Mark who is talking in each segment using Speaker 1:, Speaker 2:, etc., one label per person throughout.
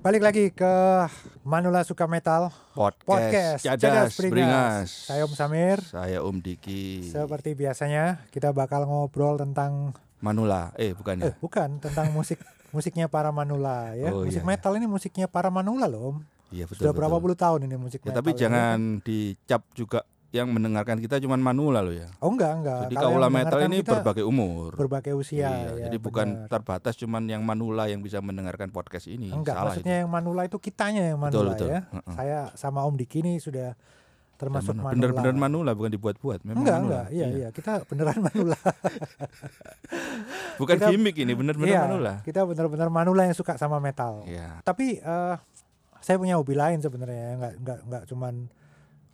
Speaker 1: Balik lagi ke Manula Suka Metal
Speaker 2: Podcast,
Speaker 1: Podcast
Speaker 2: Cadas,
Speaker 1: Cadas Beringas.
Speaker 2: Beringas.
Speaker 1: Saya Om Samir.
Speaker 2: Saya Om Diki.
Speaker 1: Seperti biasanya kita bakal ngobrol tentang
Speaker 2: Manula. Eh, bukan ya?
Speaker 1: Eh bukan tentang musik musiknya para Manula ya
Speaker 2: Oh,
Speaker 1: Musik
Speaker 2: iya,
Speaker 1: metal ini musiknya para Manula loh om
Speaker 2: Iya, betul.
Speaker 1: Sudah berapa
Speaker 2: betul.
Speaker 1: puluh tahun ini musik
Speaker 2: Ya,
Speaker 1: metal kan?
Speaker 2: tapi
Speaker 1: ini.
Speaker 2: jangan dicap juga yang mendengarkan kita cuman Manula loh ya.
Speaker 1: Oh enggak enggak
Speaker 2: Jadi
Speaker 1: Kalau yang
Speaker 2: kaula metal
Speaker 1: mendengarkan
Speaker 2: ini
Speaker 1: kita
Speaker 2: berbagai umur.
Speaker 1: berbagai usia
Speaker 2: Iya,
Speaker 1: ya,
Speaker 2: jadi bukan
Speaker 1: benar.
Speaker 2: terbatas cuman yang Manula yang bisa mendengarkan podcast ini.
Speaker 1: Enggak
Speaker 2: iya, Salah
Speaker 1: maksudnya
Speaker 2: itu.
Speaker 1: yang Manula itu kitanya yang
Speaker 2: Betul,
Speaker 1: Manula
Speaker 2: betul.
Speaker 1: ya
Speaker 2: Heeh.
Speaker 1: Saya sama om Diki ini sudah termasuk Manula
Speaker 2: Bener-bener Manula bukan dibuat-buat. Memang
Speaker 1: Enggak
Speaker 2: Manula.
Speaker 1: enggak iya iya kita beneran Manula
Speaker 2: Bukan
Speaker 1: Kita-
Speaker 2: gimmick ini, bener-bener
Speaker 1: Iya,
Speaker 2: Manula.
Speaker 1: Kita benar-benar manula yang suka sama metal.
Speaker 2: Iya.
Speaker 1: Tapi eh, saya punya hobi lain sebenarnya, ya. nggak nggak nggak cuman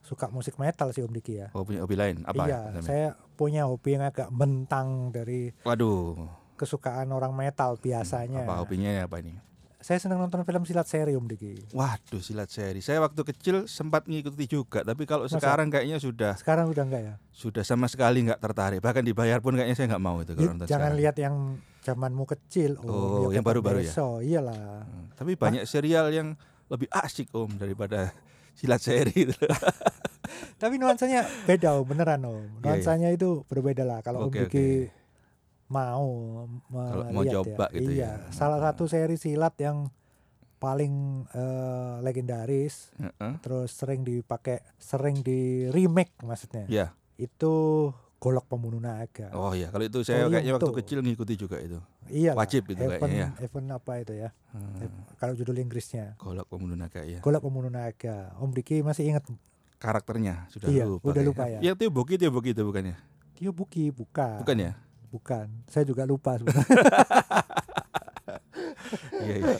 Speaker 1: suka musik metal sih Om Diki ya.
Speaker 2: Oh, punya hobi lain apa?
Speaker 1: iya,
Speaker 2: Samir?
Speaker 1: saya punya hobi yang agak mentang dari
Speaker 2: Waduh,
Speaker 1: kesukaan orang metal biasanya.
Speaker 2: Hmm, apa hobinya ya, apa ini?
Speaker 1: Saya senang nonton film silat seri Om Diki.
Speaker 2: Waduh silat seri. Saya waktu kecil sempat ngikuti juga, tapi kalau
Speaker 1: Masa?
Speaker 2: sekarang kayaknya sudah
Speaker 1: Sekarang udah enggak ya?
Speaker 2: sudah sama sekali nggak tertarik. Bahkan dibayar pun kayaknya saya nggak mau itu
Speaker 1: Yud,
Speaker 2: kalau nonton
Speaker 1: Iya, jangan
Speaker 2: sekarang.
Speaker 1: lihat yang zamanmu kecil.
Speaker 2: Oh, yang
Speaker 1: Gatot
Speaker 2: baru-baru ya?
Speaker 1: Beso, Iyalah.
Speaker 2: Hmm, Tapi banyak serial yang lebih asik om daripada silat seri. itu.
Speaker 1: Tapi nuansanya beda Om, beneran Om.
Speaker 2: Iya, iya.
Speaker 1: Nuansanya itu berbeda lah kalau Om
Speaker 2: Oke,
Speaker 1: Diki mau melihat
Speaker 2: Kalau mau coba
Speaker 1: ya.
Speaker 2: gitu
Speaker 1: iya.
Speaker 2: ya.
Speaker 1: Salah satu seri silat yang paling eh, legendaris
Speaker 2: Heeh.
Speaker 1: terus sering dipakai, sering di remake maksudnya.
Speaker 2: Ya,
Speaker 1: Itu Golok Pembunuh Naga.
Speaker 2: oh ya kalau itu saya
Speaker 1: Toyonto.
Speaker 2: kayaknya waktu kecil ngikuti juga itu.
Speaker 1: Iya.
Speaker 2: wajib itu
Speaker 1: Heaven,
Speaker 2: kayaknya ya.
Speaker 1: Heaven apa itu ya?
Speaker 2: Hmm,
Speaker 1: Heaven- Kalau judul Inggrisnya.
Speaker 2: Golok pembunuh naga ya.
Speaker 1: Golok Pembunuh Naga. Om Diki masih ingat
Speaker 2: Karakternya sudah
Speaker 1: Iya,
Speaker 2: lupa.
Speaker 1: udah
Speaker 2: kayaknya.
Speaker 1: lupa ya. Ah.
Speaker 2: Yang Tio Boki Tio Boki itu bukannya?
Speaker 1: Tio Buki bukan.
Speaker 2: Bukan ya?
Speaker 1: Bukan. Saya juga lupa sebenarnya.
Speaker 2: Iya. iya.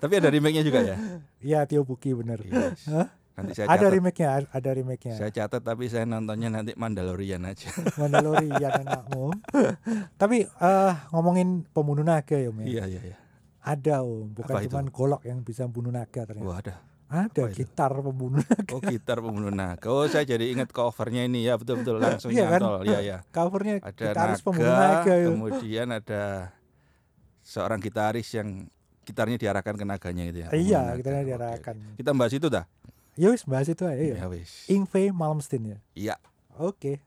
Speaker 2: Tapi ada remake-nya juga ya.
Speaker 1: Iya Tio Buki bener.
Speaker 2: Yes.
Speaker 1: Hah?
Speaker 2: Nanti saya
Speaker 1: Ada
Speaker 2: catat.
Speaker 1: remake-nya, ada remake-nya.
Speaker 2: Saya catat tapi saya nontonnya nanti Mandalorian aja.
Speaker 1: Mandalorian anakmu. Ya Tapi eh ngomongin pembunuh naga ya, Om. ya?
Speaker 2: Iya iya iya.
Speaker 1: Ada Om, bukan
Speaker 2: Apa itu?
Speaker 1: cuma golok yang bisa membunuh naga ternyata.
Speaker 2: Wah ada.
Speaker 1: ada
Speaker 2: apa itu?
Speaker 1: gitar pembunuh naga.
Speaker 2: Oh gitar pembunuh naga. Oh saya jadi ingat covernya ini ya betul betul langsung
Speaker 1: Iya kan?
Speaker 2: nyantol. Iya iya.
Speaker 1: Covernya
Speaker 2: Ada
Speaker 1: gitaris pembunuh
Speaker 2: naga.
Speaker 1: naga. ya.
Speaker 2: Kemudian ada seorang gitaris yang gitarnya diarahkan ke naganya gitu ya.
Speaker 1: Iya,
Speaker 2: pembunuh
Speaker 1: gitarnya
Speaker 2: naga. Oke,
Speaker 1: diarahkan.
Speaker 2: oke. Kita bahas itu dah.
Speaker 1: Ya wis bahas itu aja ya.
Speaker 2: Ya wis.
Speaker 1: Ingve Malmsteen ya.
Speaker 2: Iya.
Speaker 1: Oke.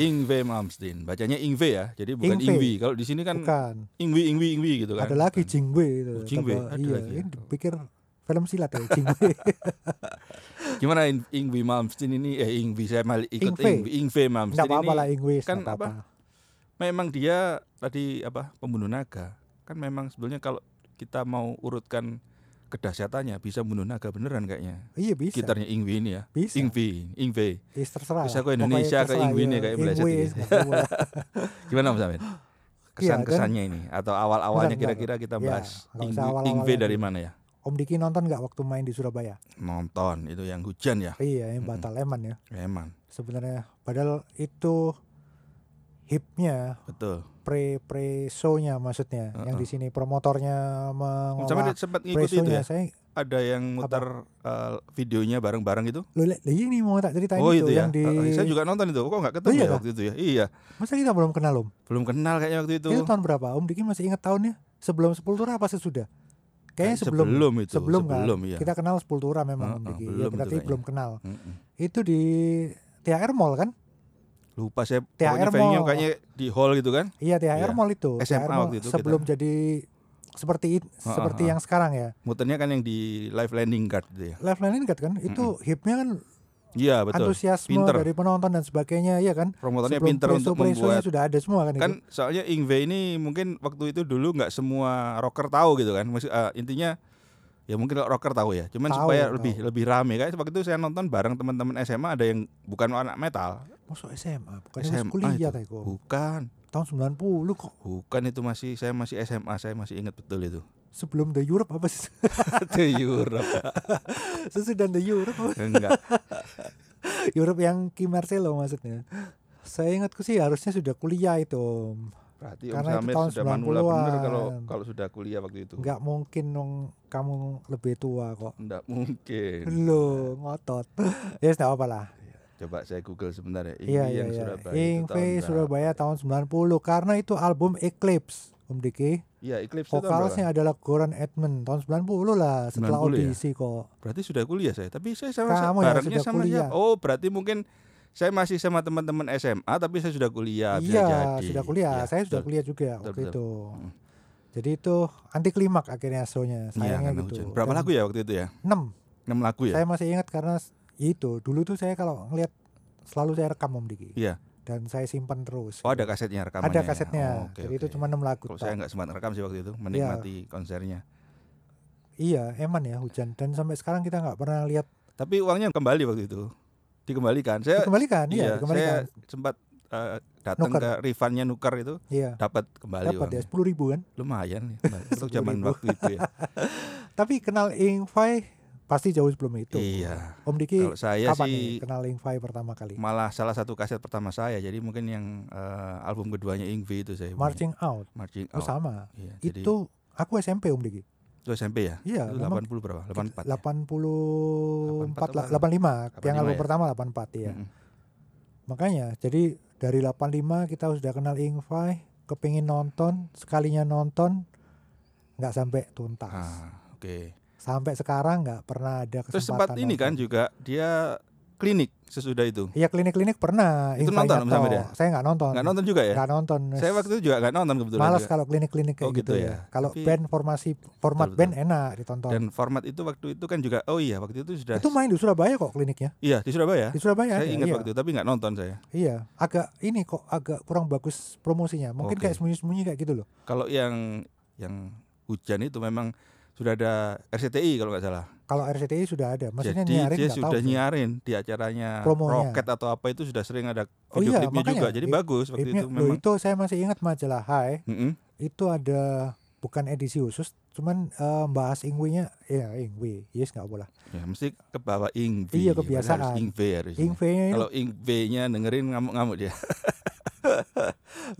Speaker 2: Ingve Malmsteen. Bacanya Ingve ya. Jadi bukan
Speaker 1: Ingve.
Speaker 2: Ingwi. Kalau di sini kan
Speaker 1: Bukan.
Speaker 2: Ingwi Ingwi Ingwi gitu kan.
Speaker 1: Ada lagi
Speaker 2: Bukan.
Speaker 1: Jingwe itu.
Speaker 2: Oh, Jingwe,
Speaker 1: Tambah-
Speaker 2: ada
Speaker 1: iya,
Speaker 2: lagi ya.
Speaker 1: ini pikir film silat ya Jingwe.
Speaker 2: Gimana In- Ingwi Malmsteen ini eh Ingwi saya malah ikut
Speaker 1: Ingve.
Speaker 2: Ingwi Ingve
Speaker 1: Enggak
Speaker 2: Malmsteen
Speaker 1: apa-apa
Speaker 2: ini
Speaker 1: lah Ingwe,
Speaker 2: kan
Speaker 1: nggak apa-apa.
Speaker 2: memang dia tadi apa pembunuh naga kan memang sebetulnya kalau kita mau urutkan kedahsyatannya bisa membunuh naga beneran kayaknya
Speaker 1: Iya bisa.
Speaker 2: gitarnya Ingwi ini ya
Speaker 1: bisa.
Speaker 2: Ingvi Ingvi
Speaker 1: Yes, terserah.
Speaker 2: Terus aku
Speaker 1: lah. Pokoknya
Speaker 2: Indonesia, aku
Speaker 1: terserah,
Speaker 2: Ingwin ya,
Speaker 1: iya.
Speaker 2: kayak belajar
Speaker 1: Ingwin,
Speaker 2: gitu.
Speaker 1: nggak apa-apa.
Speaker 2: gimana Mas Amin
Speaker 1: Iya,
Speaker 2: kesan kesannya ini atau awal awalnya
Speaker 1: Bentar, bentar.
Speaker 2: kira-kira kita
Speaker 1: Ya,
Speaker 2: bahas
Speaker 1: nggak usah
Speaker 2: Ingwi
Speaker 1: awal-awalnya
Speaker 2: Ingvi dari
Speaker 1: dulu.
Speaker 2: mana ya
Speaker 1: Om Diki nonton nggak waktu main di Surabaya?
Speaker 2: nonton itu yang hujan ya
Speaker 1: Iya, yang
Speaker 2: Mm-mm.
Speaker 1: batal eman ya.
Speaker 2: memang
Speaker 1: Sebenarnya padahal itu hipnya
Speaker 2: betul
Speaker 1: pre pre show-nya maksudnya yang di sini promotornya
Speaker 2: Mas Amin
Speaker 1: mengolah
Speaker 2: sempat
Speaker 1: pre
Speaker 2: ngikuti itu
Speaker 1: show-nya.
Speaker 2: ya
Speaker 1: saya
Speaker 2: ada yang muter eh, videonya bareng-bareng itu
Speaker 1: lo lihat lah ini mau tak ceritain Nah,
Speaker 2: oh
Speaker 1: itu,
Speaker 2: itu ya
Speaker 1: yang di
Speaker 2: Eh, saya juga nonton itu kok nggak ketemu
Speaker 1: iya
Speaker 2: ya
Speaker 1: kah?
Speaker 2: waktu itu ya iya
Speaker 1: masa kita belum kenal om
Speaker 2: belum kenal kayaknya waktu itu
Speaker 1: itu tahun berapa om Diki masih ingat tahunnya sebelum 10 tur apa sesudah kayaknya sebelum
Speaker 2: itu
Speaker 1: sebelum kan?
Speaker 2: iya
Speaker 1: kita kenal 10 tur memang om
Speaker 2: Heeh,
Speaker 1: Diki Ya,
Speaker 2: belum itu
Speaker 1: berarti
Speaker 2: kayaknya.
Speaker 1: belum kenal
Speaker 2: Mm-mm.
Speaker 1: itu di THR Mall kan
Speaker 2: lupa saya
Speaker 1: THR
Speaker 2: pokoknya venue
Speaker 1: Mall.
Speaker 2: kayaknya di hall gitu kan
Speaker 1: Iya THR
Speaker 2: Iya.
Speaker 1: Mall itu.
Speaker 2: SMA
Speaker 1: THR Mall
Speaker 2: waktu itu kita.
Speaker 1: sebelum jadi seperti it-
Speaker 2: Ah,
Speaker 1: seperti
Speaker 2: ah, ah.
Speaker 1: yang sekarang ya.
Speaker 2: muternya kan yang di live landing guard gitu ya
Speaker 1: Live Line Guide kan itu hipnya kan
Speaker 2: iya betul
Speaker 1: antusiasme
Speaker 2: Pinter.
Speaker 1: dari penonton dan sebagainya ya kan.
Speaker 2: promotornya
Speaker 1: Sebelum
Speaker 2: pinter untuk
Speaker 1: preso-presonya
Speaker 2: membuat
Speaker 1: sudah ada semua kan, itu.
Speaker 2: kan soalnya Ingve ini mungkin waktu itu dulu nggak semua rocker tahu gitu kan Maksud, eh, intinya ya mungkin kalau rocker tahu ya cuman
Speaker 1: Tahu,
Speaker 2: supaya
Speaker 1: tahu.
Speaker 2: lebih lebih rame kayak waktu itu saya nonton bareng teman-teman SMA ada yang bukan anak metal
Speaker 1: Masuk SMA, bukan
Speaker 2: SMA
Speaker 1: kuliah
Speaker 2: itu.
Speaker 1: ta iku.
Speaker 2: bukan
Speaker 1: Tahun 90 kok
Speaker 2: bukan itu masih saya masih SMA saya masih ingat betul itu
Speaker 1: sebelum The Europe apa sih?
Speaker 2: The Europe
Speaker 1: sesudah The Europe apa?
Speaker 2: enggak
Speaker 1: Europe yang Kim Marcelo maksudnya. Saya ingatku sih harusnya sudah kuliah itu. Om.
Speaker 2: Berarti
Speaker 1: Karena itu
Speaker 2: Om Samir
Speaker 1: tahun
Speaker 2: sudah manula bener
Speaker 1: 90-an.
Speaker 2: kalau kalau sudah kuliah waktu itu.
Speaker 1: nggak mungkin dong kamu lebih tua kok.
Speaker 2: Enggak mungkin.
Speaker 1: Lo ngotot. ya yes, apa-apa lah.
Speaker 2: Coba saya Google sebentar ya. Ingvi
Speaker 1: Iya, iya,
Speaker 2: yang
Speaker 1: iya.
Speaker 2: Surabaya. itu tahun
Speaker 1: Ingve
Speaker 2: berapa?
Speaker 1: Surabaya tahun 90 karena itu album Eclipse Om Diki.
Speaker 2: Iya, Eclipse itu tahun berapa?
Speaker 1: Vokalnya adalah Goran Edmund tahun 90 lah setelah
Speaker 2: 90 ya?
Speaker 1: audisi kok.
Speaker 2: Berarti sudah kuliah saya. Tapi saya sama
Speaker 1: Kamu yang
Speaker 2: barangnya
Speaker 1: sudah
Speaker 2: sama
Speaker 1: kuliah.
Speaker 2: siapa? Oh, berarti mungkin saya masih sama teman-teman SMA tapi saya sudah kuliah Ya, bisa
Speaker 1: Iya,
Speaker 2: jadi.
Speaker 1: sudah kuliah.
Speaker 2: Iya,
Speaker 1: saya sudah
Speaker 2: betul.
Speaker 1: kuliah juga
Speaker 2: Betul,
Speaker 1: waktu
Speaker 2: betul.
Speaker 1: itu.
Speaker 2: Mm.
Speaker 1: Jadi itu anti klimaks akhirnya show-nya
Speaker 2: Iya,
Speaker 1: sayangnya
Speaker 2: karena
Speaker 1: gitu.
Speaker 2: hujan. Berapa lagu ya waktu itu ya?
Speaker 1: 6.
Speaker 2: 6 lagu ya?
Speaker 1: Saya masih ingat karena s- itu dulu tuh saya kalau ngelihat selalu saya rekam Om Diki
Speaker 2: Iya.
Speaker 1: dan saya simpan terus. gitu.
Speaker 2: Oh, ada kasetnya rekamannya.
Speaker 1: Ada
Speaker 2: ya?
Speaker 1: kasetnya.
Speaker 2: Oh, oke,
Speaker 1: Jadi itu
Speaker 2: oke.
Speaker 1: cuma Iya. 6 lagu.
Speaker 2: Kalau
Speaker 1: Pak.
Speaker 2: saya nggak sempat rekam sih waktu itu, menikmati konsernya.
Speaker 1: Iya, eman ya hujan dan sampai sekarang kita nggak pernah lihat
Speaker 2: Tapi uangnya kembali waktu itu. Dikembalikan. Saya
Speaker 1: dikembalikan,
Speaker 2: iya,
Speaker 1: iya, dikembalikan.
Speaker 2: saya sempat eh, datang
Speaker 1: Nuker.
Speaker 2: ke refundnya nuker itu
Speaker 1: Iya.
Speaker 2: dapat kembali
Speaker 1: Dapat ya
Speaker 2: uangnya.
Speaker 1: 10 ribu kan.
Speaker 2: Lumayan ya, Mbak, untuk zaman
Speaker 1: 10.000.
Speaker 2: waktu itu ya.
Speaker 1: Tapi kenal Ingfai pasti jauh sebelum itu.
Speaker 2: Iya.
Speaker 1: Om Diki
Speaker 2: Kalau saya
Speaker 1: kapan
Speaker 2: sih Hmm,
Speaker 1: nih kenal Ingfai pertama kali?
Speaker 2: malah salah satu kaset pertama saya. Jadi mungkin yang eh, album keduanya Ingvi itu saya. punya.
Speaker 1: Marching Out.
Speaker 2: Marching
Speaker 1: Oh,
Speaker 2: Out.
Speaker 1: sama.
Speaker 2: Iya, jadi itu,
Speaker 1: Itu aku SMP Om Diki.
Speaker 2: SMP ya?
Speaker 1: Iya,
Speaker 2: itu
Speaker 1: memang
Speaker 2: 80 berapa? 84. ya?
Speaker 1: 84 lah,
Speaker 2: 84
Speaker 1: 85. Yang album
Speaker 2: 85 ya? Hmm.
Speaker 1: pertama 84 ya.
Speaker 2: Mm-mm.
Speaker 1: Makanya jadi dari 85 kita sudah kenal Ingfai, kepingin nonton, sekalinya nonton nggak sampai tuntas.
Speaker 2: Ah, oke.
Speaker 1: Sampai sekarang nggak pernah ada kesempatan.
Speaker 2: Terus sempat ini kan
Speaker 1: nonton.
Speaker 2: juga dia klinik sesudah itu.
Speaker 1: Iya klinik-klinik pernah.
Speaker 2: Itu
Speaker 1: Ingfai
Speaker 2: nonton
Speaker 1: nyato.
Speaker 2: sama dia?
Speaker 1: Saya nggak nonton.
Speaker 2: Nggak nonton juga
Speaker 1: Oh,
Speaker 2: ya?
Speaker 1: iya. Nggak kan nonton.
Speaker 2: Saya waktu itu juga nggak nonton kebetulan.
Speaker 1: Malas
Speaker 2: juga.
Speaker 1: kalau klinik-klinik kayak
Speaker 2: Oh,
Speaker 1: gitu,
Speaker 2: gitu
Speaker 1: ya.
Speaker 2: ya.
Speaker 1: Kalau
Speaker 2: Tapi-
Speaker 1: band formasi format
Speaker 2: Betul,
Speaker 1: band enak ditonton.
Speaker 2: Dan format itu waktu itu kan juga oh iya waktu itu sudah
Speaker 1: itu main di Surabaya kok kliniknya.
Speaker 2: iya di Surabaya.
Speaker 1: Di Surabaya
Speaker 2: Saya
Speaker 1: ada,
Speaker 2: ingat
Speaker 1: iya.
Speaker 2: waktu itu tapi nggak nonton saya.
Speaker 1: Iya, agak ini kok agak kurang bagus promosinya. Mungkin
Speaker 2: Oke.
Speaker 1: kayak sembunyi-sembunyi kayak gitu loh.
Speaker 2: Kalau yang yang hujan itu memang sudah ada RCTI kalau nggak salah.
Speaker 1: Kalau RCTI sudah ada, maksudnya
Speaker 2: Jadi
Speaker 1: nyaring
Speaker 2: dia
Speaker 1: nggak tahu.
Speaker 2: sudah
Speaker 1: sih.
Speaker 2: nyiarin di acaranya
Speaker 1: Promonya.
Speaker 2: roket atau apa itu sudah sering ada
Speaker 1: Oh
Speaker 2: video
Speaker 1: iya,
Speaker 2: klipnya
Speaker 1: makanya.
Speaker 2: juga. Jadi
Speaker 1: Klip-
Speaker 2: bagus waktu
Speaker 1: Klipnya-
Speaker 2: itu
Speaker 1: loh,
Speaker 2: memang.
Speaker 1: itu saya masih ingat majalah Hai,
Speaker 2: Mm-mm.
Speaker 1: itu ada bukan edisi khusus, cuman eh, bahas Ingwe-nya, ya Ingwe, yes nggak boleh.
Speaker 2: Ya, mesti ke bawah Ingvi.
Speaker 1: Iya,
Speaker 2: Padahal
Speaker 1: kebiasaan.
Speaker 2: Harus Ingvi harusnya.
Speaker 1: Ingwe
Speaker 2: Iya. Kalau Ingvi-nya dengerin ngamuk-ngamuk dia.